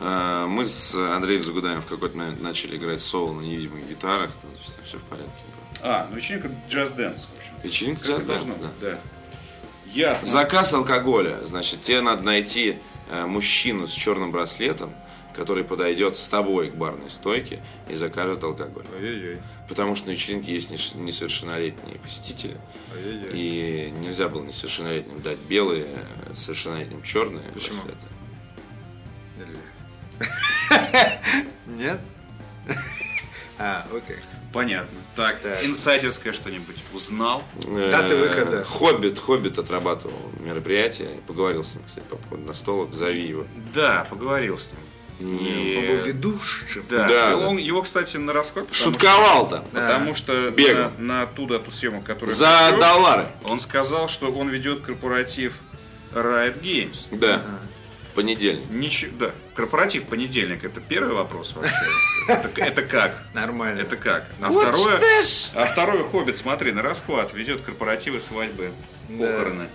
Speaker 1: А, Мы с Андреем Загудаем в какой-то момент начали играть соло на невидимых гитарах, все в порядке. было.
Speaker 2: А, ну вечеринка джаз-дэнс, в общем.
Speaker 1: Вечеринка
Speaker 2: Как это
Speaker 1: джаз-дэнс,
Speaker 2: должно
Speaker 1: да.
Speaker 2: быть, да. Ясно.
Speaker 1: Заказ алкоголя. Значит, тебе надо найти э, мужчину с черным браслетом, который подойдет с тобой к барной стойке и закажет алкоголь.
Speaker 4: Ой-ой-ой.
Speaker 1: Потому что на вечеринке есть неш- несовершеннолетние посетители. И нельзя было несовершеннолетним дать белые, э, совершеннолетним черные
Speaker 4: Почему?
Speaker 1: браслеты.
Speaker 4: Нельзя. Нет? А, окей.
Speaker 2: Понятно. Так,
Speaker 4: Так.
Speaker 2: инсайдерское что-нибудь узнал?
Speaker 1: Даты
Speaker 4: выхода.
Speaker 1: Э, Хоббит, Хоббит отрабатывал мероприятие. Поговорил с ним, кстати, по поводу настолок. Зови его.
Speaker 2: Да, поговорил с ним.
Speaker 3: ну,
Speaker 2: И-
Speaker 4: Он был ведущим.
Speaker 2: Да,
Speaker 1: Да,
Speaker 2: и
Speaker 1: да.
Speaker 2: он, его, кстати, на расход. потому
Speaker 1: Шутковал там.
Speaker 2: что- Потому что
Speaker 1: Бегал.
Speaker 2: на, на ту дату съемок, которую
Speaker 1: За
Speaker 2: включил,
Speaker 1: доллары.
Speaker 2: он сказал, что он ведет корпоратив Riot Games.
Speaker 1: Да. Понедельник.
Speaker 2: Ничего, да, корпоратив понедельник, это первый вопрос вообще. Это, это как?
Speaker 4: Нормально.
Speaker 2: Это как? А второе, а второе Хоббит, смотри, на расхват ведет корпоративы, свадьбы, похороны.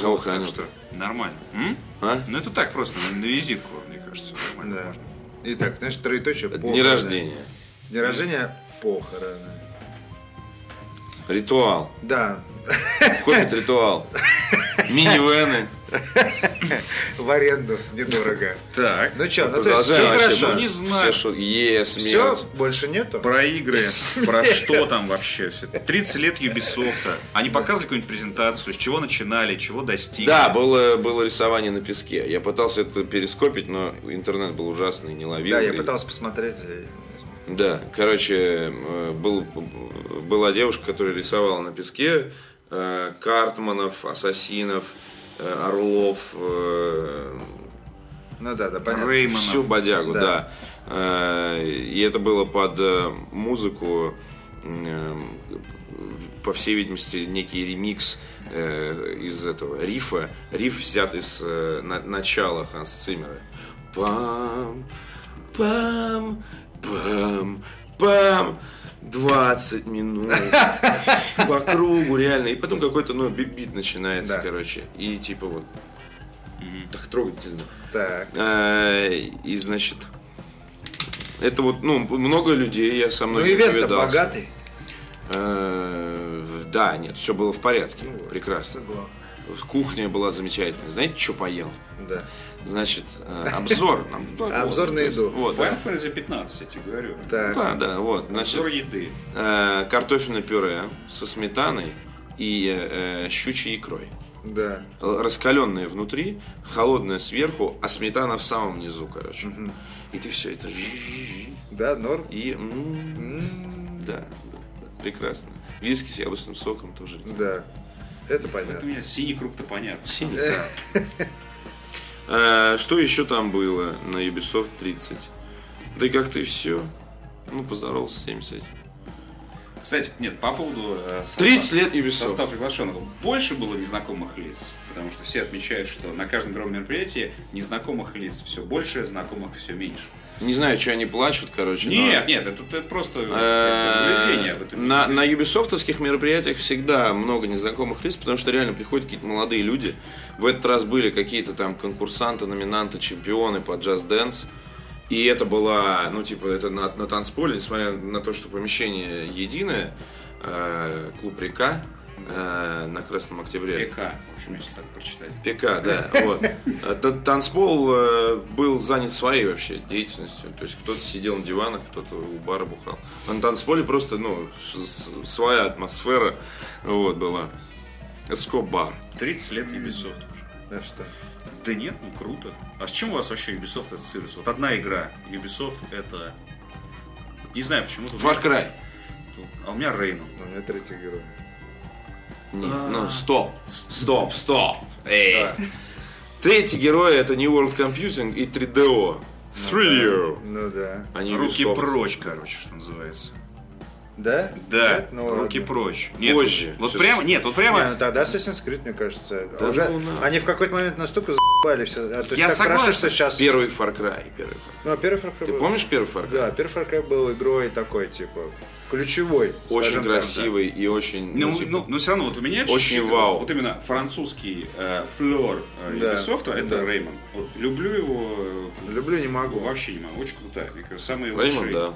Speaker 1: Кого
Speaker 2: Так
Speaker 1: хранил?
Speaker 2: что, нормально. М?
Speaker 1: А?
Speaker 2: Ну это так просто, на, на визитку, мне кажется, нормально
Speaker 4: Да.
Speaker 2: можно.
Speaker 4: Итак, знаешь, троеточие.
Speaker 1: Дни
Speaker 4: похороны.
Speaker 1: рождения.
Speaker 4: Дни рождения похороны.
Speaker 1: Ритуал.
Speaker 4: Да,
Speaker 1: Хоббит ритуал. Минивены.
Speaker 4: в аренду недорого.
Speaker 2: Так,
Speaker 4: Ну что, ну то есть
Speaker 1: Продолжаем
Speaker 4: все
Speaker 1: вообще.
Speaker 4: хорошо.
Speaker 1: блин,
Speaker 2: Не знаю.
Speaker 1: Все, что... Е,
Speaker 4: Все,
Speaker 1: смерть.
Speaker 4: больше нету.
Speaker 2: про игры, про что там вообще всё это? 30 лет Ubisoft. Они показывали какую-нибудь презентацию, с чего начинали, чего достигли.
Speaker 1: Да, было, было рисование на песке. Я пытался это перескопить, но интернет был ужасный, не ловил.
Speaker 4: Да, я
Speaker 1: И-
Speaker 4: пытался посмотреть. э, и не смог.
Speaker 1: Да, короче, э, был, была девушка, которая рисовала на песке э, Картманов, Ассасинов, э, Орлов, э,
Speaker 4: Ну да, да, понятно.
Speaker 2: Реймонов.
Speaker 1: всю бодягу,
Speaker 4: Да.
Speaker 1: да. Э, И это было под э, музыку, э, по всей видимости, некий ремикс э, из этого рифа. Риф взят из э, на- начала Ханс Циммера. Пам, пам, пам, пам. 20 минут по кругу реально. И потом какой-то, ну, бит начинается,
Speaker 4: Да.
Speaker 1: короче. И типа вот так трогательно.
Speaker 4: Так.
Speaker 1: Э, И, значит, это вот, ну, много людей, я со
Speaker 4: Ну,
Speaker 1: мной
Speaker 4: ивент-то богатый.
Speaker 1: Да, нет, все было Э, в
Speaker 4: Ну,
Speaker 1: порядке. Прекрасно.
Speaker 4: Согласен.
Speaker 1: Кухня была замечательная. Знаете, что поел?
Speaker 4: Да.
Speaker 1: Значит, э, обзор. нам, ну,
Speaker 4: Обзор
Speaker 1: вот,
Speaker 4: на
Speaker 1: то есть,
Speaker 4: еду.
Speaker 1: Вот, да.
Speaker 2: Final Fantasy 15, я тебе говорю.
Speaker 4: Так.
Speaker 1: Да, да, вот.
Speaker 2: Обзор
Speaker 1: Значит,
Speaker 2: еды.
Speaker 1: э, картофельное пюре со сметаной и э, э, щучьей икрой.
Speaker 4: Да.
Speaker 1: раскаленные внутри, холодная сверху, а сметана в самом низу, короче. И ты все это жжж,
Speaker 4: Да, норм.
Speaker 1: и м,
Speaker 4: М,
Speaker 1: да, да, да, прекрасно. Виски с яблочным соком тоже.
Speaker 4: Да. Это
Speaker 2: Это у
Speaker 4: понятно.
Speaker 2: меня синий круг-то понятно.
Speaker 1: Синий. А, Что еще там было на Ubisoft 30? Да и как ты все. Ну, поздоровался с всеми, кстати.
Speaker 2: Кстати, нет, по поводу... э, состава-
Speaker 1: 30 лет Ubisoft.
Speaker 2: Состав приглашенных. Больше было незнакомых лиц, потому что все отмечают, что на каждом игровом мероприятии незнакомых лиц все больше, знакомых все меньше.
Speaker 1: Не знаю, что они плачут, короче. но-
Speaker 2: Нет, нет, это, это просто э, наблюдение об этом.
Speaker 1: Э, На, на юбисофтовских мероприятиях всегда много незнакомых лиц, потому что реально приходят какие-то молодые люди. В этот раз были какие-то там конкурсанты, номинанты, чемпионы по джаз-дэнс. И это была, ну, типа, это на, на танцполе, несмотря на то, что помещение единое, э, клуб «Река» э, на Красном Октябре.
Speaker 2: Река, в общем, если так прочитать.
Speaker 1: ПК, да. Вот. Этот танцпол э, был занят своей вообще деятельностью. То есть кто-то сидел на диванах, кто-то у бара бухал. А на танцполе просто, ну, с- с- своя атмосфера вот была. Эскобар.
Speaker 2: 30 лет Ubisoft. уже.
Speaker 4: Да А что?
Speaker 2: Да нет, ну круто. А с чем у вас вообще Ubisoft ассоциируется? Вот одна игра Ubisoft это... Не знаю, почему-то...
Speaker 1: Far Cry.
Speaker 2: Мстил. А у меня Рейнон.
Speaker 4: Ну,
Speaker 6: У меня третий герой.
Speaker 1: Нет, ну стоп, стоп, стоп. Эй. Третий герой это New World Computing и 3DO. 3DO.
Speaker 3: Ну да.
Speaker 1: Они
Speaker 2: Руки
Speaker 1: Ubisoft.
Speaker 2: прочь, короче, что называется.
Speaker 3: Да?
Speaker 2: Да,
Speaker 3: Нет? Ну,
Speaker 2: руки
Speaker 3: ладно.
Speaker 2: прочь. Нет,
Speaker 1: Позже.
Speaker 2: Вот
Speaker 1: Сейчас.
Speaker 2: прямо, нет, вот
Speaker 3: Не,
Speaker 2: прямо.
Speaker 3: ну тогда Assassin's Creed, мне кажется.
Speaker 1: Да
Speaker 3: уже-
Speaker 1: ну на.
Speaker 3: Они в какой-то момент настолько за***ли все. А, то есть
Speaker 2: Я
Speaker 3: так хорошо,
Speaker 2: согласен.
Speaker 3: что сейчас...
Speaker 1: Первый Far Cry. Первый. Far
Speaker 3: Ну, а первый Far Cry
Speaker 1: Cry. Ты
Speaker 3: был-
Speaker 1: помнишь первый Far Cry?
Speaker 3: Да, первый Far Cry был игрой такой, типа, ключевой.
Speaker 1: Очень
Speaker 3: скажем так.
Speaker 1: красивый и очень...
Speaker 2: Ну,
Speaker 1: типа,
Speaker 2: ну, но все равно вот у меня
Speaker 1: Очень
Speaker 2: чуть-чуть
Speaker 1: вау.
Speaker 2: Вот именно французский э, флер э,
Speaker 3: Да,
Speaker 2: Ubisoft, это
Speaker 3: да.
Speaker 2: Реймон. Вот люблю его. э,
Speaker 3: Люблю, не могу.
Speaker 2: Вообще не могу. Очень крутая. Мне кажется, самый
Speaker 1: Реймонд,
Speaker 2: лучший.
Speaker 1: да.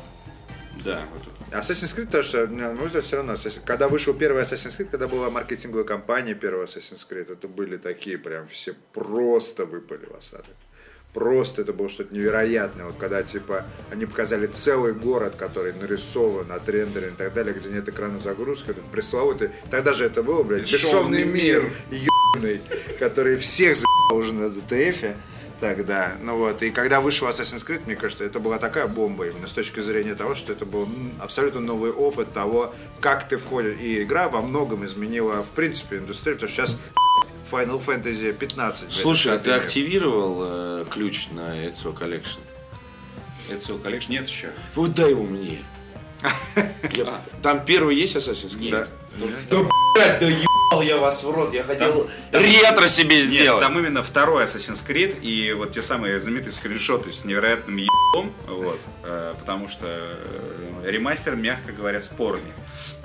Speaker 2: Да, вот это.
Speaker 3: Assassin's Creed, то, что, на мой взгляд, все равно, Assassin- когда вышел первый Assassin's Creed, когда была маркетинговая кампания первого Assassin's Creed, это были такие прям все просто выпали в осадок. Просто это было что-то невероятное. Вот когда, типа, они показали целый город, который нарисован, отрендерен и так далее, где нет экрана загрузки, этот пресловутый. Тогда же это было, блядь,
Speaker 2: Бесшовный
Speaker 3: бесшовный мир,
Speaker 2: мир.
Speaker 3: ебаный, который всех за***л уже на DTF тогда. Ну вот, и когда вышел Assassin's Creed, мне кажется, это была такая бомба именно с точки зрения того, что это был м, абсолютно новый опыт того, как ты входишь. И игра во многом изменила, в принципе, индустрию, потому что сейчас Final Fantasy 15. блядь,
Speaker 1: Слушай, а
Speaker 3: это
Speaker 1: ты
Speaker 3: игра.
Speaker 1: активировал э, ключ на Ezio Collection?
Speaker 2: Это все, коллеж, нет еще.
Speaker 1: Вот дай его мне. Я- Там первый есть Assassin's Creed?
Speaker 2: Нет.
Speaker 1: Блядь, да ебал я вас в рот, я хотел ретро себе
Speaker 2: Нет,
Speaker 1: сделать.
Speaker 2: там именно второй Assassin's Creed и вот те самые знаменитые скриншоты с невероятным ебом, вот, э, потому что э, ремастер, мягко говоря, спорный.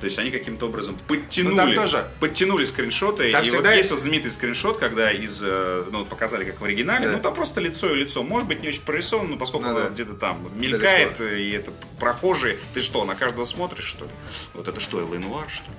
Speaker 2: То есть они каким-то образом подтянули,
Speaker 3: Ну, там тоже.
Speaker 2: подтянули скриншоты,
Speaker 3: Там
Speaker 2: и вот
Speaker 3: всегда есть-
Speaker 2: есть вот знаменитый скриншот, когда из, э, ну, вот показали как в оригинале,
Speaker 3: Да.
Speaker 2: ну, там просто лицо и лицо, может быть, не очень прорисовано, но поскольку
Speaker 3: Ну,
Speaker 2: оно
Speaker 3: да.
Speaker 2: где-то там мелькает, э, и это прохожие, ты что, на каждого смотришь, что ли? Вот это что, Элэйн Нуар, что ли?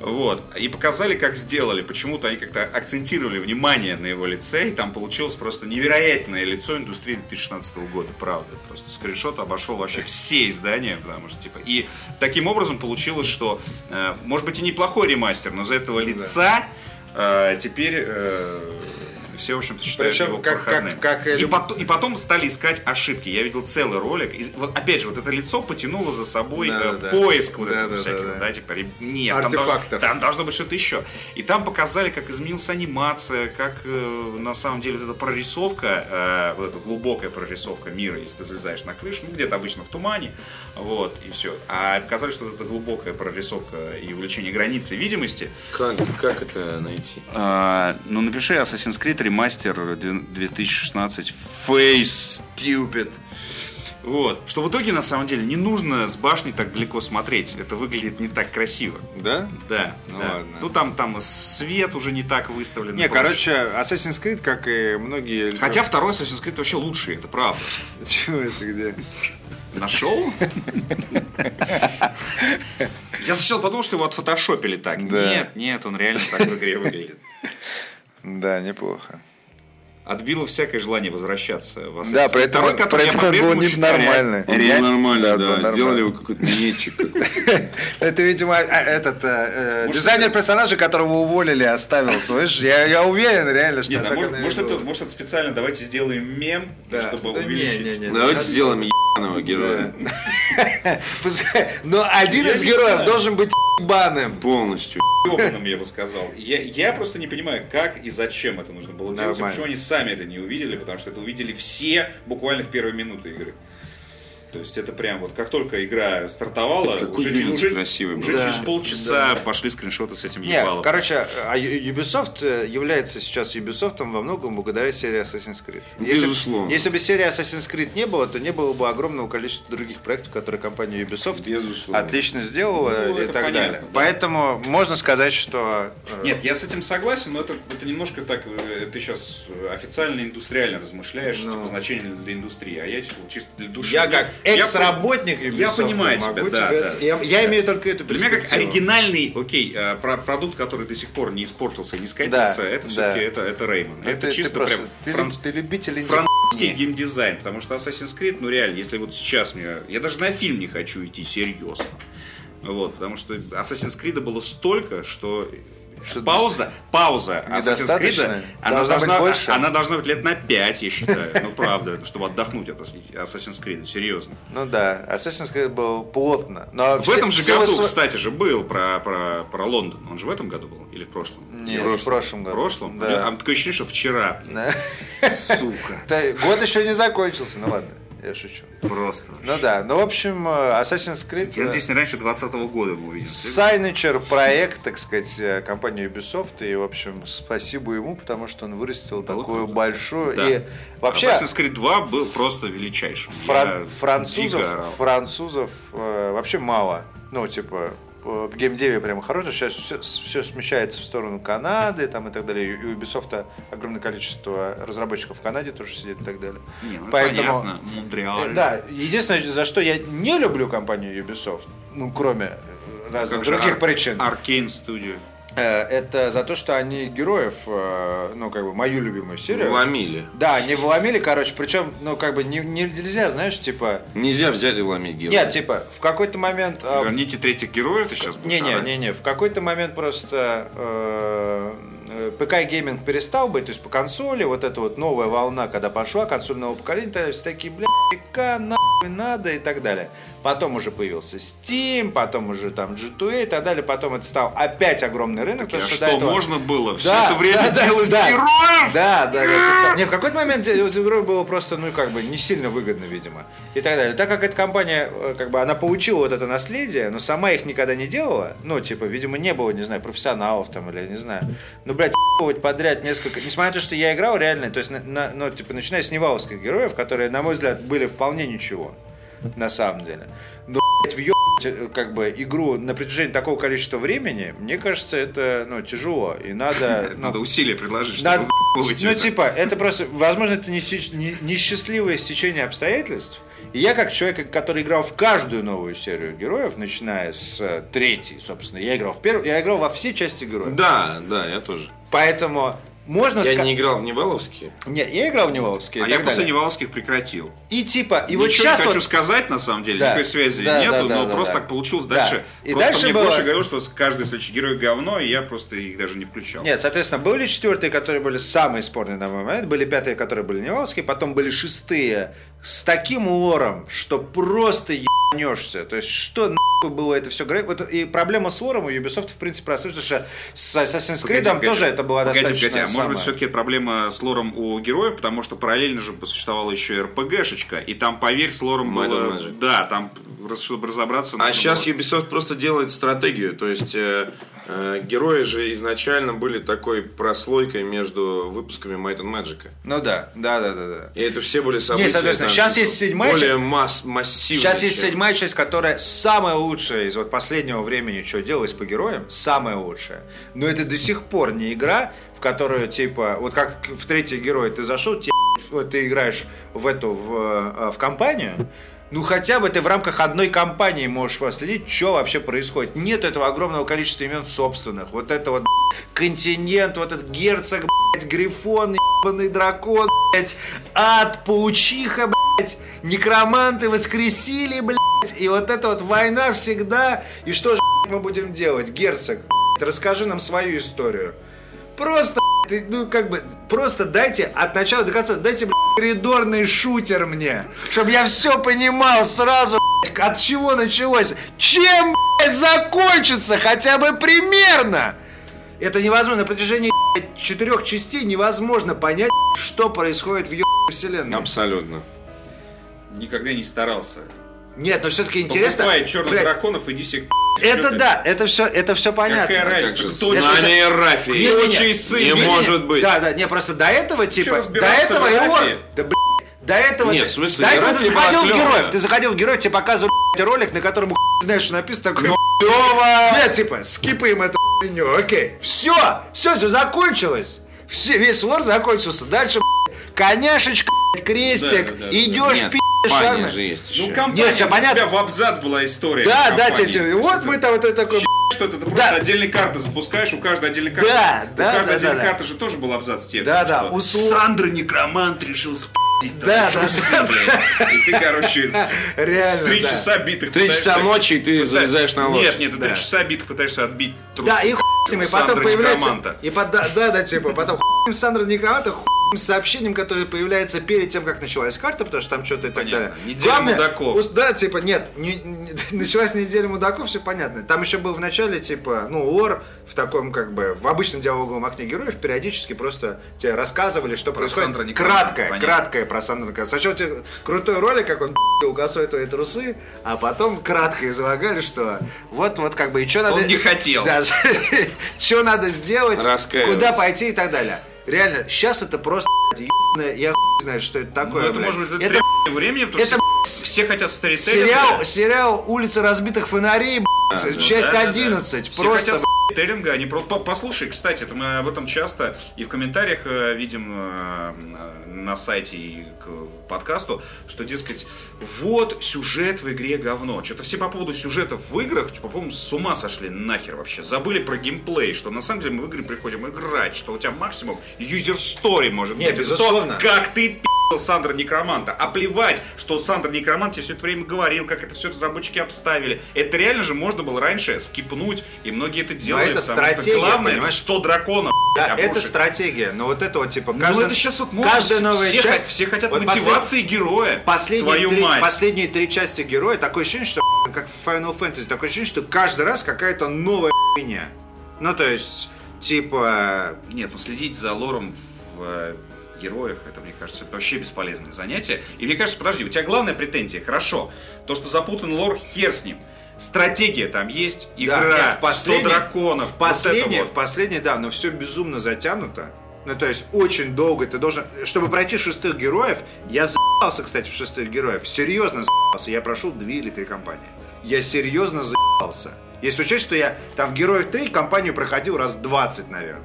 Speaker 2: Вот. И показали, как сделали. Почему-то они как-то акцентировали внимание на его лице, и там получилось просто невероятное лицо индустрии 2016 года, правда. Просто скриншот обошел вообще все издания, потому что, типа... И таким образом получилось, что, э, может быть, и неплохой ремастер, но за этого лица э, теперь... э, все, в общем-то, считают
Speaker 3: Причем
Speaker 2: его
Speaker 3: как- как-
Speaker 2: проходным.
Speaker 3: как и
Speaker 2: и,
Speaker 3: люб-
Speaker 2: пото- и потом стали искать ошибки. Я видел целый ролик. И вот, опять же, вот это лицо потянуло за собой
Speaker 3: Да,
Speaker 2: э,
Speaker 3: да, да.
Speaker 2: поиск вот
Speaker 3: Да,
Speaker 2: этого
Speaker 3: да, да,
Speaker 2: всякого,
Speaker 3: да.
Speaker 2: да, типа, ре- нет, там должно-
Speaker 3: Артефактов.
Speaker 2: там должно быть что-то еще. И там показали, как изменилась анимация, как э, на самом деле вот эта прорисовка, э, вот эта глубокая прорисовка мира, если ты залезаешь на крышу, ну где-то обычно в тумане, вот, и все. А показали, что вот эта глубокая прорисовка и увеличение границы видимости.
Speaker 1: Как, как это найти?
Speaker 2: ну напиши Assassin's Creed Remaster 2016 Face Stupid. Вот. Что в итоге на самом деле не нужно с башни так далеко смотреть. Это выглядит не так красиво.
Speaker 3: Да?
Speaker 2: Да,
Speaker 3: Ну
Speaker 2: да.
Speaker 3: ладно.
Speaker 2: Ну там, там свет уже не так выставлен. и
Speaker 3: Не,
Speaker 2: прочее.
Speaker 3: короче, Assassin's Creed, как и многие...
Speaker 2: Хотя второй Assassin's Creed вообще лучший, это правда.
Speaker 3: Чего это где?
Speaker 2: Нашел? Я сначала подумал, что его отфотошопили так.
Speaker 3: Да.
Speaker 2: Нет, нет, он реально так в игре выглядит.
Speaker 3: Да, неплохо.
Speaker 2: Отбило всякое желание возвращаться в Assassin's
Speaker 6: Да,
Speaker 2: Creed.
Speaker 6: при этом-
Speaker 2: Второй, который
Speaker 6: при
Speaker 2: я
Speaker 6: этом
Speaker 2: по-прежнему
Speaker 6: был
Speaker 2: считаю реально-
Speaker 1: Ну,
Speaker 6: ненормальный. Реально? Да, был нормальный.
Speaker 1: его какой-то нечик.
Speaker 3: Это, видимо, а, этот э, э,
Speaker 2: Может,
Speaker 3: дизайнер
Speaker 2: это-
Speaker 3: персонажа, которого уволили, оставил, слышишь? Я, я уверен, реально, что
Speaker 2: Нет, а
Speaker 3: так
Speaker 2: может,
Speaker 3: оно и
Speaker 2: может, это,
Speaker 3: было.
Speaker 2: может это специально давайте сделаем мем,
Speaker 3: Да.
Speaker 2: чтобы
Speaker 3: Да не,
Speaker 2: увеличить.
Speaker 3: не, не,
Speaker 1: Давайте
Speaker 3: сейчас-
Speaker 1: сделаем ебаного героя.
Speaker 3: Пускай- Но один
Speaker 2: Я
Speaker 3: из
Speaker 2: не
Speaker 3: героев
Speaker 2: знаю.
Speaker 3: должен быть ебаным.
Speaker 1: Полностью.
Speaker 2: Ёбаным, я бы сказал. Я, я просто не понимаю, как и зачем это нужно было делать, и
Speaker 3: Нормально.
Speaker 2: почему они сами это не увидели, потому что это увидели все буквально в первые минуты игры. То есть это прям вот как только игра стартовала,
Speaker 1: Это какой
Speaker 2: уже, через-
Speaker 1: Unity
Speaker 2: уже-
Speaker 1: красивый был.
Speaker 2: уже
Speaker 3: Да.
Speaker 2: через полчаса пошли скриншоты с этим
Speaker 3: Не,
Speaker 2: ебалом.
Speaker 3: короче, а Ю- Ubisoft э, является сейчас Ubisoft во многом благодаря серии Assassin's Creed.
Speaker 2: Ну,
Speaker 3: Если б-
Speaker 1: Безусловно.
Speaker 3: Если бы серии Assassin's Creed не было, то не было бы огромного количества других проектов, которые компания Ubisoft
Speaker 1: Безусловно.
Speaker 3: отлично сделала
Speaker 2: Ну,
Speaker 3: и
Speaker 2: это
Speaker 3: так
Speaker 2: понятно,
Speaker 3: далее.
Speaker 2: да.
Speaker 3: Поэтому можно сказать, что... э,
Speaker 2: Нет, я с этим согласен, но это, это немножко так, э, ты сейчас официально индустриально размышляешь,
Speaker 3: Ну.
Speaker 2: типа, значение для индустрии, а я типа, чисто для души.
Speaker 3: Я как
Speaker 2: Я пон-
Speaker 3: экс-работник Ubisoft
Speaker 2: я понимаю
Speaker 3: могу
Speaker 2: тебя, да,
Speaker 3: тебе-
Speaker 2: да.
Speaker 3: я, я имею только эту
Speaker 2: Для меня как
Speaker 3: перспективу.
Speaker 2: оригинальный, окей, э, про- продукт, который до сих пор не испортился и не скатился,
Speaker 3: Да,
Speaker 2: это
Speaker 3: да.
Speaker 2: все-таки это, это Реймон.
Speaker 3: Ну,
Speaker 2: это
Speaker 3: ты- ты
Speaker 2: чисто
Speaker 3: просто-
Speaker 2: прям
Speaker 3: ты,
Speaker 2: франц-
Speaker 3: ты любитель инди-
Speaker 2: французский геймдизайн, потому что Assassin's Creed, ну реально, если вот сейчас мне... Я даже на фильм не хочу идти, серьезно. Вот, потому что Assassin's Creed было столько, что
Speaker 3: Что-то
Speaker 2: Пауза, пауза Assassin's
Speaker 3: недостаточно?
Speaker 2: Creed, она
Speaker 3: Должна
Speaker 2: должна,
Speaker 3: быть больше?
Speaker 2: она должна быть лет на 5, я считаю. Ну, правда, чтобы отдохнуть от Assassin's Creed, серьезно.
Speaker 3: Ну да, Assassin's Creed был плотно. Но
Speaker 2: В
Speaker 3: все-
Speaker 2: этом же
Speaker 3: все
Speaker 2: году,
Speaker 3: сво-
Speaker 2: кстати же, был про, про, про Лондон. Он же в этом году был? Или в прошлом?
Speaker 3: Нет, в прошлом,
Speaker 2: В
Speaker 3: году.
Speaker 2: прошлом?
Speaker 3: Да.
Speaker 2: А такое ощущение, что вчера. блин.
Speaker 3: Да.
Speaker 2: Сука.
Speaker 3: Да, Год еще не закончился, ну ладно, я шучу.
Speaker 2: Просто.
Speaker 3: Ну да, ну в общем, э, Assassin's Creed...
Speaker 2: Я
Speaker 3: э,
Speaker 2: надеюсь, не раньше 20 года мы увидим.
Speaker 3: Сайничер проект, так сказать, э, компании Ubisoft. И, в общем, спасибо ему, потому что он вырастил такую большую.
Speaker 2: Да.
Speaker 3: И вообще
Speaker 2: А Assassin's Creed 2 был просто величайшим.
Speaker 3: фран-
Speaker 2: Я
Speaker 3: французов,
Speaker 2: дико орал.
Speaker 3: французов э, вообще мало. Ну, типа, э, в геймдеве прям хорошо. Сейчас все, смещается в сторону Канады там, и так далее. И у Ubisoft огромное количество разработчиков в Канаде тоже сидит и так далее.
Speaker 2: Не, ну,
Speaker 3: Поэтому- э,
Speaker 2: понятно, Монреаль.
Speaker 3: Да, единственное, за что я не люблю компанию Ubisoft, ну, кроме э, разных
Speaker 2: Как же
Speaker 3: других
Speaker 2: Ар-
Speaker 3: причин.
Speaker 2: Аркейн Студио.
Speaker 3: Э, Это за то, что они героев, э, ну, как бы, мою любимую серию.
Speaker 1: Вломили.
Speaker 3: Да, они вломили, короче, причем, ну, как бы, не- не- нельзя, знаешь, типа...
Speaker 1: Нельзя взять и ломить героя.
Speaker 3: Нет, типа, в какой-то момент... а,
Speaker 2: Верните третьих героев, ты сейчас будешь орать.
Speaker 3: Не-не-не, в какой-то момент просто э, э, ПК гейминг перестал быть, то есть по консоли, вот эта вот новая волна, когда пошла, консольного поколения, тогда все такие, бля, ПК нахуй надо и так далее. Потом уже появился Steam, потом уже там G2A и так далее, потом это стал опять огромный рынок,
Speaker 2: А
Speaker 3: потому
Speaker 2: что,
Speaker 3: что до этого...
Speaker 2: можно было все
Speaker 3: Да,
Speaker 2: это время
Speaker 3: да, да,
Speaker 2: делать
Speaker 3: да.
Speaker 2: героев?
Speaker 3: Да, да, да. типа, Не, в какой-то момент делать игрой было просто, ну, как бы, не сильно выгодно, видимо. И так далее. Так как эта компания, э, как бы, она получила вот это наследие, но сама их никогда не делала. Ну, типа, видимо, не было, не знаю, профессионалов там или, не знаю. Ну, блядь, хуевать подряд несколько... Несмотря на то, что я играл реально, то есть, на- на- ну, типа, начиная с неваловских героев, которые, на мой взгляд, были вполне ничего. На самом деле. Но, блядь, въебывать, э, как бы игру на протяжении такого количества времени, мне кажется, это ну, тяжело. И надо. ну,
Speaker 2: Надо усилия предложить, чтобы
Speaker 3: надо-
Speaker 2: выебывать
Speaker 3: ну,
Speaker 2: это.
Speaker 3: типа, это просто, возможно, это не сеч- не- несчастливое стечение обстоятельств. И я, как человек, который играл в каждую новую серию героев, начиная с э, третьей, собственно, я играл в первую, я играл во все части героев.
Speaker 1: Да, да, я тоже.
Speaker 3: Поэтому можно
Speaker 1: Я
Speaker 3: ска-
Speaker 1: не играл в Неваловские.
Speaker 3: Нет, я играл в Неволовские.
Speaker 2: А
Speaker 3: и
Speaker 2: я
Speaker 3: так
Speaker 2: после
Speaker 3: далее.
Speaker 2: Неваловских прекратил.
Speaker 3: И типа, и
Speaker 2: Ничего
Speaker 3: вот сейчас
Speaker 2: не хочу
Speaker 3: вот...
Speaker 2: сказать, на самом деле,
Speaker 3: Да.
Speaker 2: никакой связи
Speaker 3: Да,
Speaker 2: нету,
Speaker 3: да, да,
Speaker 2: но
Speaker 3: да,
Speaker 2: просто
Speaker 3: да.
Speaker 2: так получилось
Speaker 3: Да.
Speaker 2: дальше.
Speaker 3: И
Speaker 2: просто
Speaker 3: дальше
Speaker 2: мне
Speaker 3: было-
Speaker 2: Гоша говорил, что каждый следующий герой говно, и я просто их даже не включал.
Speaker 3: Нет, соответственно, были четвертые, которые были самые спорные на мой момент, были пятые, которые были неваловские, потом были шестые с таким лором, что просто ебанешься. То есть, что нахуй было это все? Вот, и проблема с лором у Ubisoft, в принципе, прослышала, что с Assassin's Creed
Speaker 2: Погоди, погоди.
Speaker 3: тоже это была
Speaker 2: Погоди,
Speaker 3: достаточно
Speaker 2: погоди, а может быть
Speaker 3: самая-
Speaker 2: все-таки проблема с лором у героев, потому что параллельно же существовала еще и РПГшечка, и там, поверь, с лором
Speaker 1: Might and
Speaker 2: было...
Speaker 1: Magic.
Speaker 2: Да, там, раз- чтобы разобраться...
Speaker 1: А
Speaker 2: нужно
Speaker 1: сейчас
Speaker 2: было-
Speaker 1: Ubisoft просто делает стратегию. То есть э, э, герои же изначально были такой прослойкой между выпусками Might and Magic.
Speaker 3: Ну да, да, да, да, да.
Speaker 1: И это все были события.
Speaker 3: соответственно,
Speaker 1: там,
Speaker 3: щас
Speaker 1: типа,
Speaker 3: есть седьмая
Speaker 1: Более масс- массивная.
Speaker 3: Сейчас есть
Speaker 1: часть.
Speaker 3: седьмая часть, которая самая лучшая из вот последнего времени, что делалось по героям, самая лучшая. Но это до сих пор не игра, в которую, типа, вот как в третий герой ты зашел, те- вот ты играешь в эту, в, э, в компанию, ну хотя бы ты в рамках одной компании можешь проследить, что вообще происходит. Нет этого огромного количества имен собственных. Вот это вот блядь, континент, вот этот герцог, блядь, грифон, ебаный дракон, блядь, ад, паучиха, блядь блядь, некроманты воскресили, блядь, и вот эта вот война всегда, и что же, блядь, мы будем делать, герцог, блядь, расскажи нам свою историю. Просто, блядь, ты, ну, как бы, просто дайте от начала до конца, дайте, блядь, коридорный шутер мне, чтобы я все понимал сразу, блядь, от чего началось, чем, блядь, закончится хотя бы примерно. Это невозможно, на протяжении блядь, четырех частей невозможно понять, что происходит в ебаной вселенной.
Speaker 1: Абсолютно.
Speaker 2: Никогда не старался.
Speaker 3: Нет, но все-таки интересно.
Speaker 2: Покупай черных
Speaker 3: Блядь,
Speaker 2: драконов, иди всех...
Speaker 3: это да, это все, это все понятно.
Speaker 2: Какая
Speaker 1: Как
Speaker 2: разница,
Speaker 1: же
Speaker 2: кто
Speaker 1: с
Speaker 3: это
Speaker 1: нами
Speaker 3: же-
Speaker 1: Рафи.
Speaker 3: Не, не, не.
Speaker 1: Отчий сын. Не,
Speaker 3: Не-не-не.
Speaker 1: может быть.
Speaker 3: Да, да, не просто до этого типа, до
Speaker 2: разбираться
Speaker 3: этого
Speaker 2: в
Speaker 3: и
Speaker 2: графе?
Speaker 3: лор- да, блядь, до этого.
Speaker 1: Нет,
Speaker 3: ты-
Speaker 1: в смысле,
Speaker 3: до этого ты
Speaker 1: графика
Speaker 3: заходил в
Speaker 1: клёвая.
Speaker 3: героев, ты заходил в героев, тебе показывали блядь, ролик, на котором хуй знаешь, что написано
Speaker 1: Ну,
Speaker 3: такой. Клево! Нет, типа, скипаем эту хуйню, окей. Все, все, все закончилось. Все, весь лор закончился. Дальше, блядь, коняшечка, блядь, крестик,
Speaker 2: Да, да, да, да.
Speaker 3: идешь,
Speaker 1: Нет,
Speaker 3: пи***,
Speaker 1: Паня
Speaker 3: шармы.
Speaker 1: же есть еще.
Speaker 2: Ну, компания,
Speaker 3: всё
Speaker 2: у тебя
Speaker 3: понятно.
Speaker 2: в абзац была история.
Speaker 3: Да, да,
Speaker 2: компании.
Speaker 3: те- те- вот мы там вот это такой,
Speaker 2: Что это ты
Speaker 3: Да.
Speaker 2: просто отдельные карты запускаешь, у каждой отдельной карты.
Speaker 3: Да,
Speaker 2: у
Speaker 3: да,
Speaker 2: каждой
Speaker 3: да,
Speaker 2: отдельной
Speaker 3: да, да.
Speaker 2: карты же тоже был абзац текста.
Speaker 3: Да, да,
Speaker 2: что
Speaker 3: услу-
Speaker 2: Сандра Некромант решил спи***ть Да, да, блядь. И ты, короче,
Speaker 3: Реально,
Speaker 2: три
Speaker 3: да.
Speaker 2: часа битых
Speaker 1: Три
Speaker 2: пытаешься-
Speaker 1: часа ночи, и ты
Speaker 2: пытаешься-
Speaker 1: залезаешь на лошадь.
Speaker 2: Нет, нет, ты три часа битых пытаешься отбить трус.
Speaker 3: Да, и хуй с ним, и потом
Speaker 2: Сандра
Speaker 3: появляется...
Speaker 2: Некроманта.
Speaker 3: И под- да, да, да, типа, потом хуй с Сандра Некроманта, хуй с сообщением, которое появляется перед тем, как началась карта, потому что там что-то и так
Speaker 2: Понятно.
Speaker 3: далее.
Speaker 2: Неделя мудаков.
Speaker 3: ус- Да, типа, нет, не- не- началась неделя мудаков, все понятно. Там еще был в начале, типа, ну, лор в таком, как бы, в обычном диалоговом окне героев периодически просто тебе рассказывали, что происходит.
Speaker 2: Сандра Некроманта,
Speaker 3: краткое,
Speaker 2: понятно.
Speaker 3: краткое про Сандра Некроманта. Сначала тебе крутой ролик, как он у косой твои трусы, а потом кратко излагали, что вот-вот как бы и что надо...
Speaker 2: Он не хотел.
Speaker 3: Да, что надо сделать,
Speaker 1: Раскаиваться.
Speaker 3: куда пойти и так далее. Реально, сейчас это просто ебаное, я хуй знаю, что это
Speaker 2: Ну,
Speaker 3: такое,
Speaker 2: это,
Speaker 3: блядь.
Speaker 2: может быть, это
Speaker 3: Это
Speaker 2: требует времени, потому что
Speaker 3: это,
Speaker 2: все- все хотят старителя.
Speaker 3: сериал, сериал «Улица разбитых фонарей», блядь, часть 11, просто...
Speaker 2: хотят сторителлинга, они про... по- Послушай, кстати, это мы об этом часто и в комментариях э, видим э, э, на сайте и к подкасту, что, дескать, вот сюжет в игре говно. Что-то все по поводу сюжетов в играх, типа, по-моему, с ума сошли нахер вообще. Забыли про геймплей, что на самом деле мы в игры приходим играть, что у тебя максимум юзер-стори может
Speaker 3: Не,
Speaker 2: быть. Это
Speaker 3: безусловно.
Speaker 2: то, как ты пи***л Сандра Некроманта. А плевать, что Сандра Некромант тебе все это время говорил, как это все разработчики обставили. Это реально же можно было раньше скипнуть, и многие это делали.
Speaker 3: это
Speaker 2: потому
Speaker 3: стратегия,
Speaker 2: что главное,
Speaker 3: понимаешь?
Speaker 2: 100 драконов.
Speaker 3: Да,
Speaker 2: блядь,
Speaker 3: это
Speaker 2: обрушить.
Speaker 3: стратегия, но вот это вот, типа,
Speaker 2: Ну,
Speaker 3: каждый-
Speaker 2: это сейчас вот можно.
Speaker 3: каждая новая
Speaker 2: все,
Speaker 3: часть...
Speaker 2: хот- все хотят
Speaker 3: вот послед-
Speaker 2: мотивации героя.
Speaker 3: Последние,
Speaker 2: Твою
Speaker 3: три,
Speaker 2: мать.
Speaker 3: последние три части героя, такое ощущение, что как в Final Fantasy, такое ощущение, что каждый раз какая-то новая хуйня. Ну, то есть, типа,
Speaker 2: Нет, ну следить за лором в э, героях, это, мне кажется, это вообще бесполезное занятие. И мне кажется, подожди, у тебя главная претензия, хорошо, то, что запутан лор, хер с ним. Стратегия там есть,
Speaker 3: Да,
Speaker 2: игра,
Speaker 3: нет, в
Speaker 2: 100
Speaker 3: последней-
Speaker 2: драконов,
Speaker 3: В последнее,
Speaker 2: вот это вот.
Speaker 3: в последнее, да, но все безумно затянуто. Ну, то есть, очень долго ты должен... Чтобы пройти шестых героев, я за***ался, кстати, в шестых героев. Серьезно за***ался. Я прошел две или три компании. Я серьезно за***ался. Если учесть, что я там в Героев 3 компанию проходил раз 20, наверное.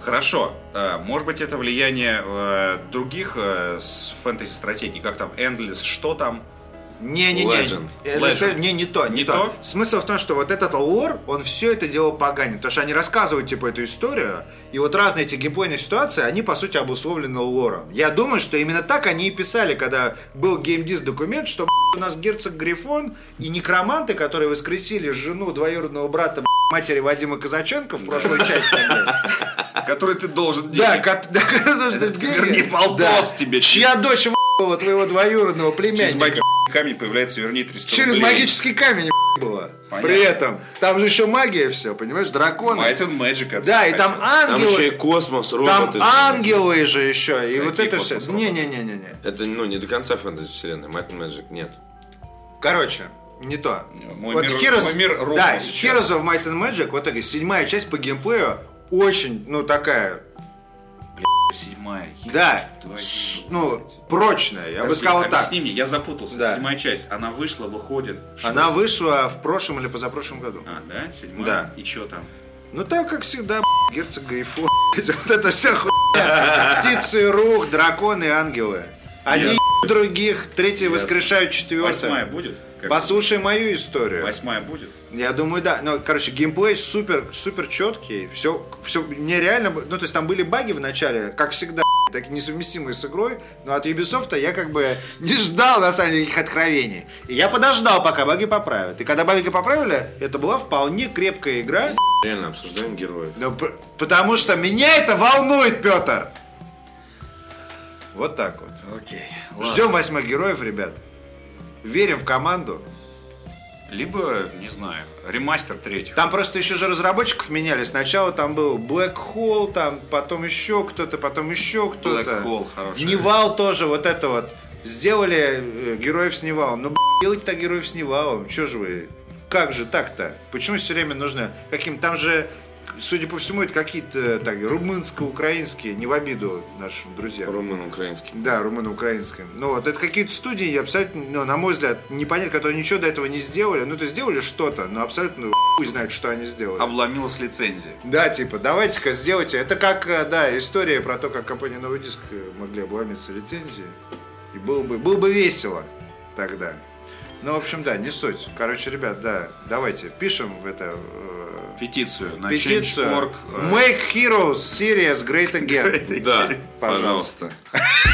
Speaker 2: Хорошо, э, может быть, это влияние э, других э, с фэнтези-стратегий, как там, Endless, что там?
Speaker 1: Legend.
Speaker 3: Не-не-не. Не, не то, не,
Speaker 2: Не
Speaker 3: то.
Speaker 2: то?
Speaker 3: Смысл в том, что вот этот лор, он все это дело поганит. Потому что они рассказывают, типа, эту историю, и вот разные эти геймплейные ситуации, они, по сути, обусловлены лором. Я думаю, что именно так они и писали, когда был геймдиз документ, что б***ь, у нас герцог Грифон и некроманты, которые воскресили жену двоюродного брата б***ь, матери Вадима Казаченко в прошлой части. блядь.
Speaker 2: Который ты должен
Speaker 3: Да,
Speaker 2: делать.
Speaker 3: кот- да, кот-
Speaker 2: верни
Speaker 3: деньги.
Speaker 2: балбос
Speaker 3: Да.
Speaker 2: тебе.
Speaker 3: Чья дочь в***ла твоего двоюродного
Speaker 2: Через
Speaker 3: племянника.
Speaker 2: магический камень появляется верни 300
Speaker 3: Через
Speaker 2: рублей.
Speaker 3: магический камень было.
Speaker 2: Понятно.
Speaker 3: При этом. Там же еще магия все, понимаешь, драконы.
Speaker 2: Might and Magic это
Speaker 3: Да, и там
Speaker 2: хотел.
Speaker 1: Там еще и
Speaker 3: ангелы.
Speaker 1: космос,
Speaker 3: Там
Speaker 1: роботы.
Speaker 3: ангелы же еще. И
Speaker 2: Какие
Speaker 3: вот это все.
Speaker 2: космос, роботы?
Speaker 3: Не-не-не-не-не.
Speaker 1: Это, ну, не до конца фэнтези вселенной. Might and Magic, нет.
Speaker 3: Короче, не то.
Speaker 2: Мой
Speaker 3: вот
Speaker 2: мир-
Speaker 3: Heroes,
Speaker 2: мой мир рухнул
Speaker 3: да,
Speaker 2: сейчас.
Speaker 3: Heroes of Might and Magic, в итоге седьмая часть по геймплею очень, ну такая,
Speaker 2: Седьмая. хер.
Speaker 3: а- да,
Speaker 2: Твою
Speaker 3: с-
Speaker 2: мать.
Speaker 3: ну прочная, я бы сказал так.
Speaker 2: а Объясни мне, я запутался.
Speaker 3: Да.
Speaker 2: Седьмая часть, она вышла, выходит. Что?
Speaker 3: Она вышла в прошлом или позапрошлом году.
Speaker 2: А, да? Седьмая?
Speaker 3: Да.
Speaker 2: И что там?
Speaker 3: Ну там, как всегда, б***ь, герцог Грифон. Вот это вся хуйня. Птицы, рух, драконы, ангелы. Они
Speaker 2: Ясно.
Speaker 3: ебут других, третий
Speaker 2: Ясно.
Speaker 3: воскрешают
Speaker 2: Восьмая
Speaker 3: четвертое.
Speaker 2: будет? Как-
Speaker 3: Послушай мою историю.
Speaker 2: Восьмая будет?
Speaker 3: Я думаю, да. Но, короче, геймплей супер, супер четкий. Все, все нереально. б- Ну, то есть там были баги в начале, как всегда, так несовместимые с игрой. Но от Ubisoft я как бы не ждал, на самом деле, их откровений. И я подождал, пока баги поправят. И когда баги поправили, это была вполне крепкая игра.
Speaker 1: Реально обсуждаем героев.
Speaker 3: Ну, п- потому что меня это волнует, Петр. Вот так вот.
Speaker 2: Окей.
Speaker 3: Ждем восьмых героев, ребят. Верим в команду.
Speaker 2: Либо, не знаю, ремастер третьих.
Speaker 3: Там просто еще же разработчиков меняли. Сначала там был Black Hole, там потом еще кто-то, потом еще кто-то.
Speaker 2: Black Hole хороший.
Speaker 3: Невал тоже, вот это вот. Сделали э, героев с Невалом. Ну, блин, делайте так героев с Невалом. Че же вы? Как же так-то? Почему все время нужно каким? Там же, судя по всему, это какие-то э, так, румынско-украинские, не в обиду нашим друзьям.
Speaker 1: Румын украинский.
Speaker 3: Да, румыно-украинским. Ну вот, это какие-то студии, абсолютно, ну, на мой взгляд, непонятно, которые ничего до этого не сделали. Ну, то есть сделали что-то, но абсолютно хуй знает, что они сделали.
Speaker 2: Обломилась лицензия.
Speaker 3: Да, типа, давайте-ка сделайте. Это как, э, да, история про то, как компания «Новый диск» э, могли обломиться лицензии. И было бы, было бы весело тогда. Ну, в общем, да, не суть. Короче, ребят, да, давайте пишем в это э,
Speaker 2: Петицию на
Speaker 3: петицию.
Speaker 2: Change.org, э,
Speaker 3: Make Heroes Series Great Again.
Speaker 1: Да,
Speaker 3: Пожалуйста.
Speaker 1: пожалуйста.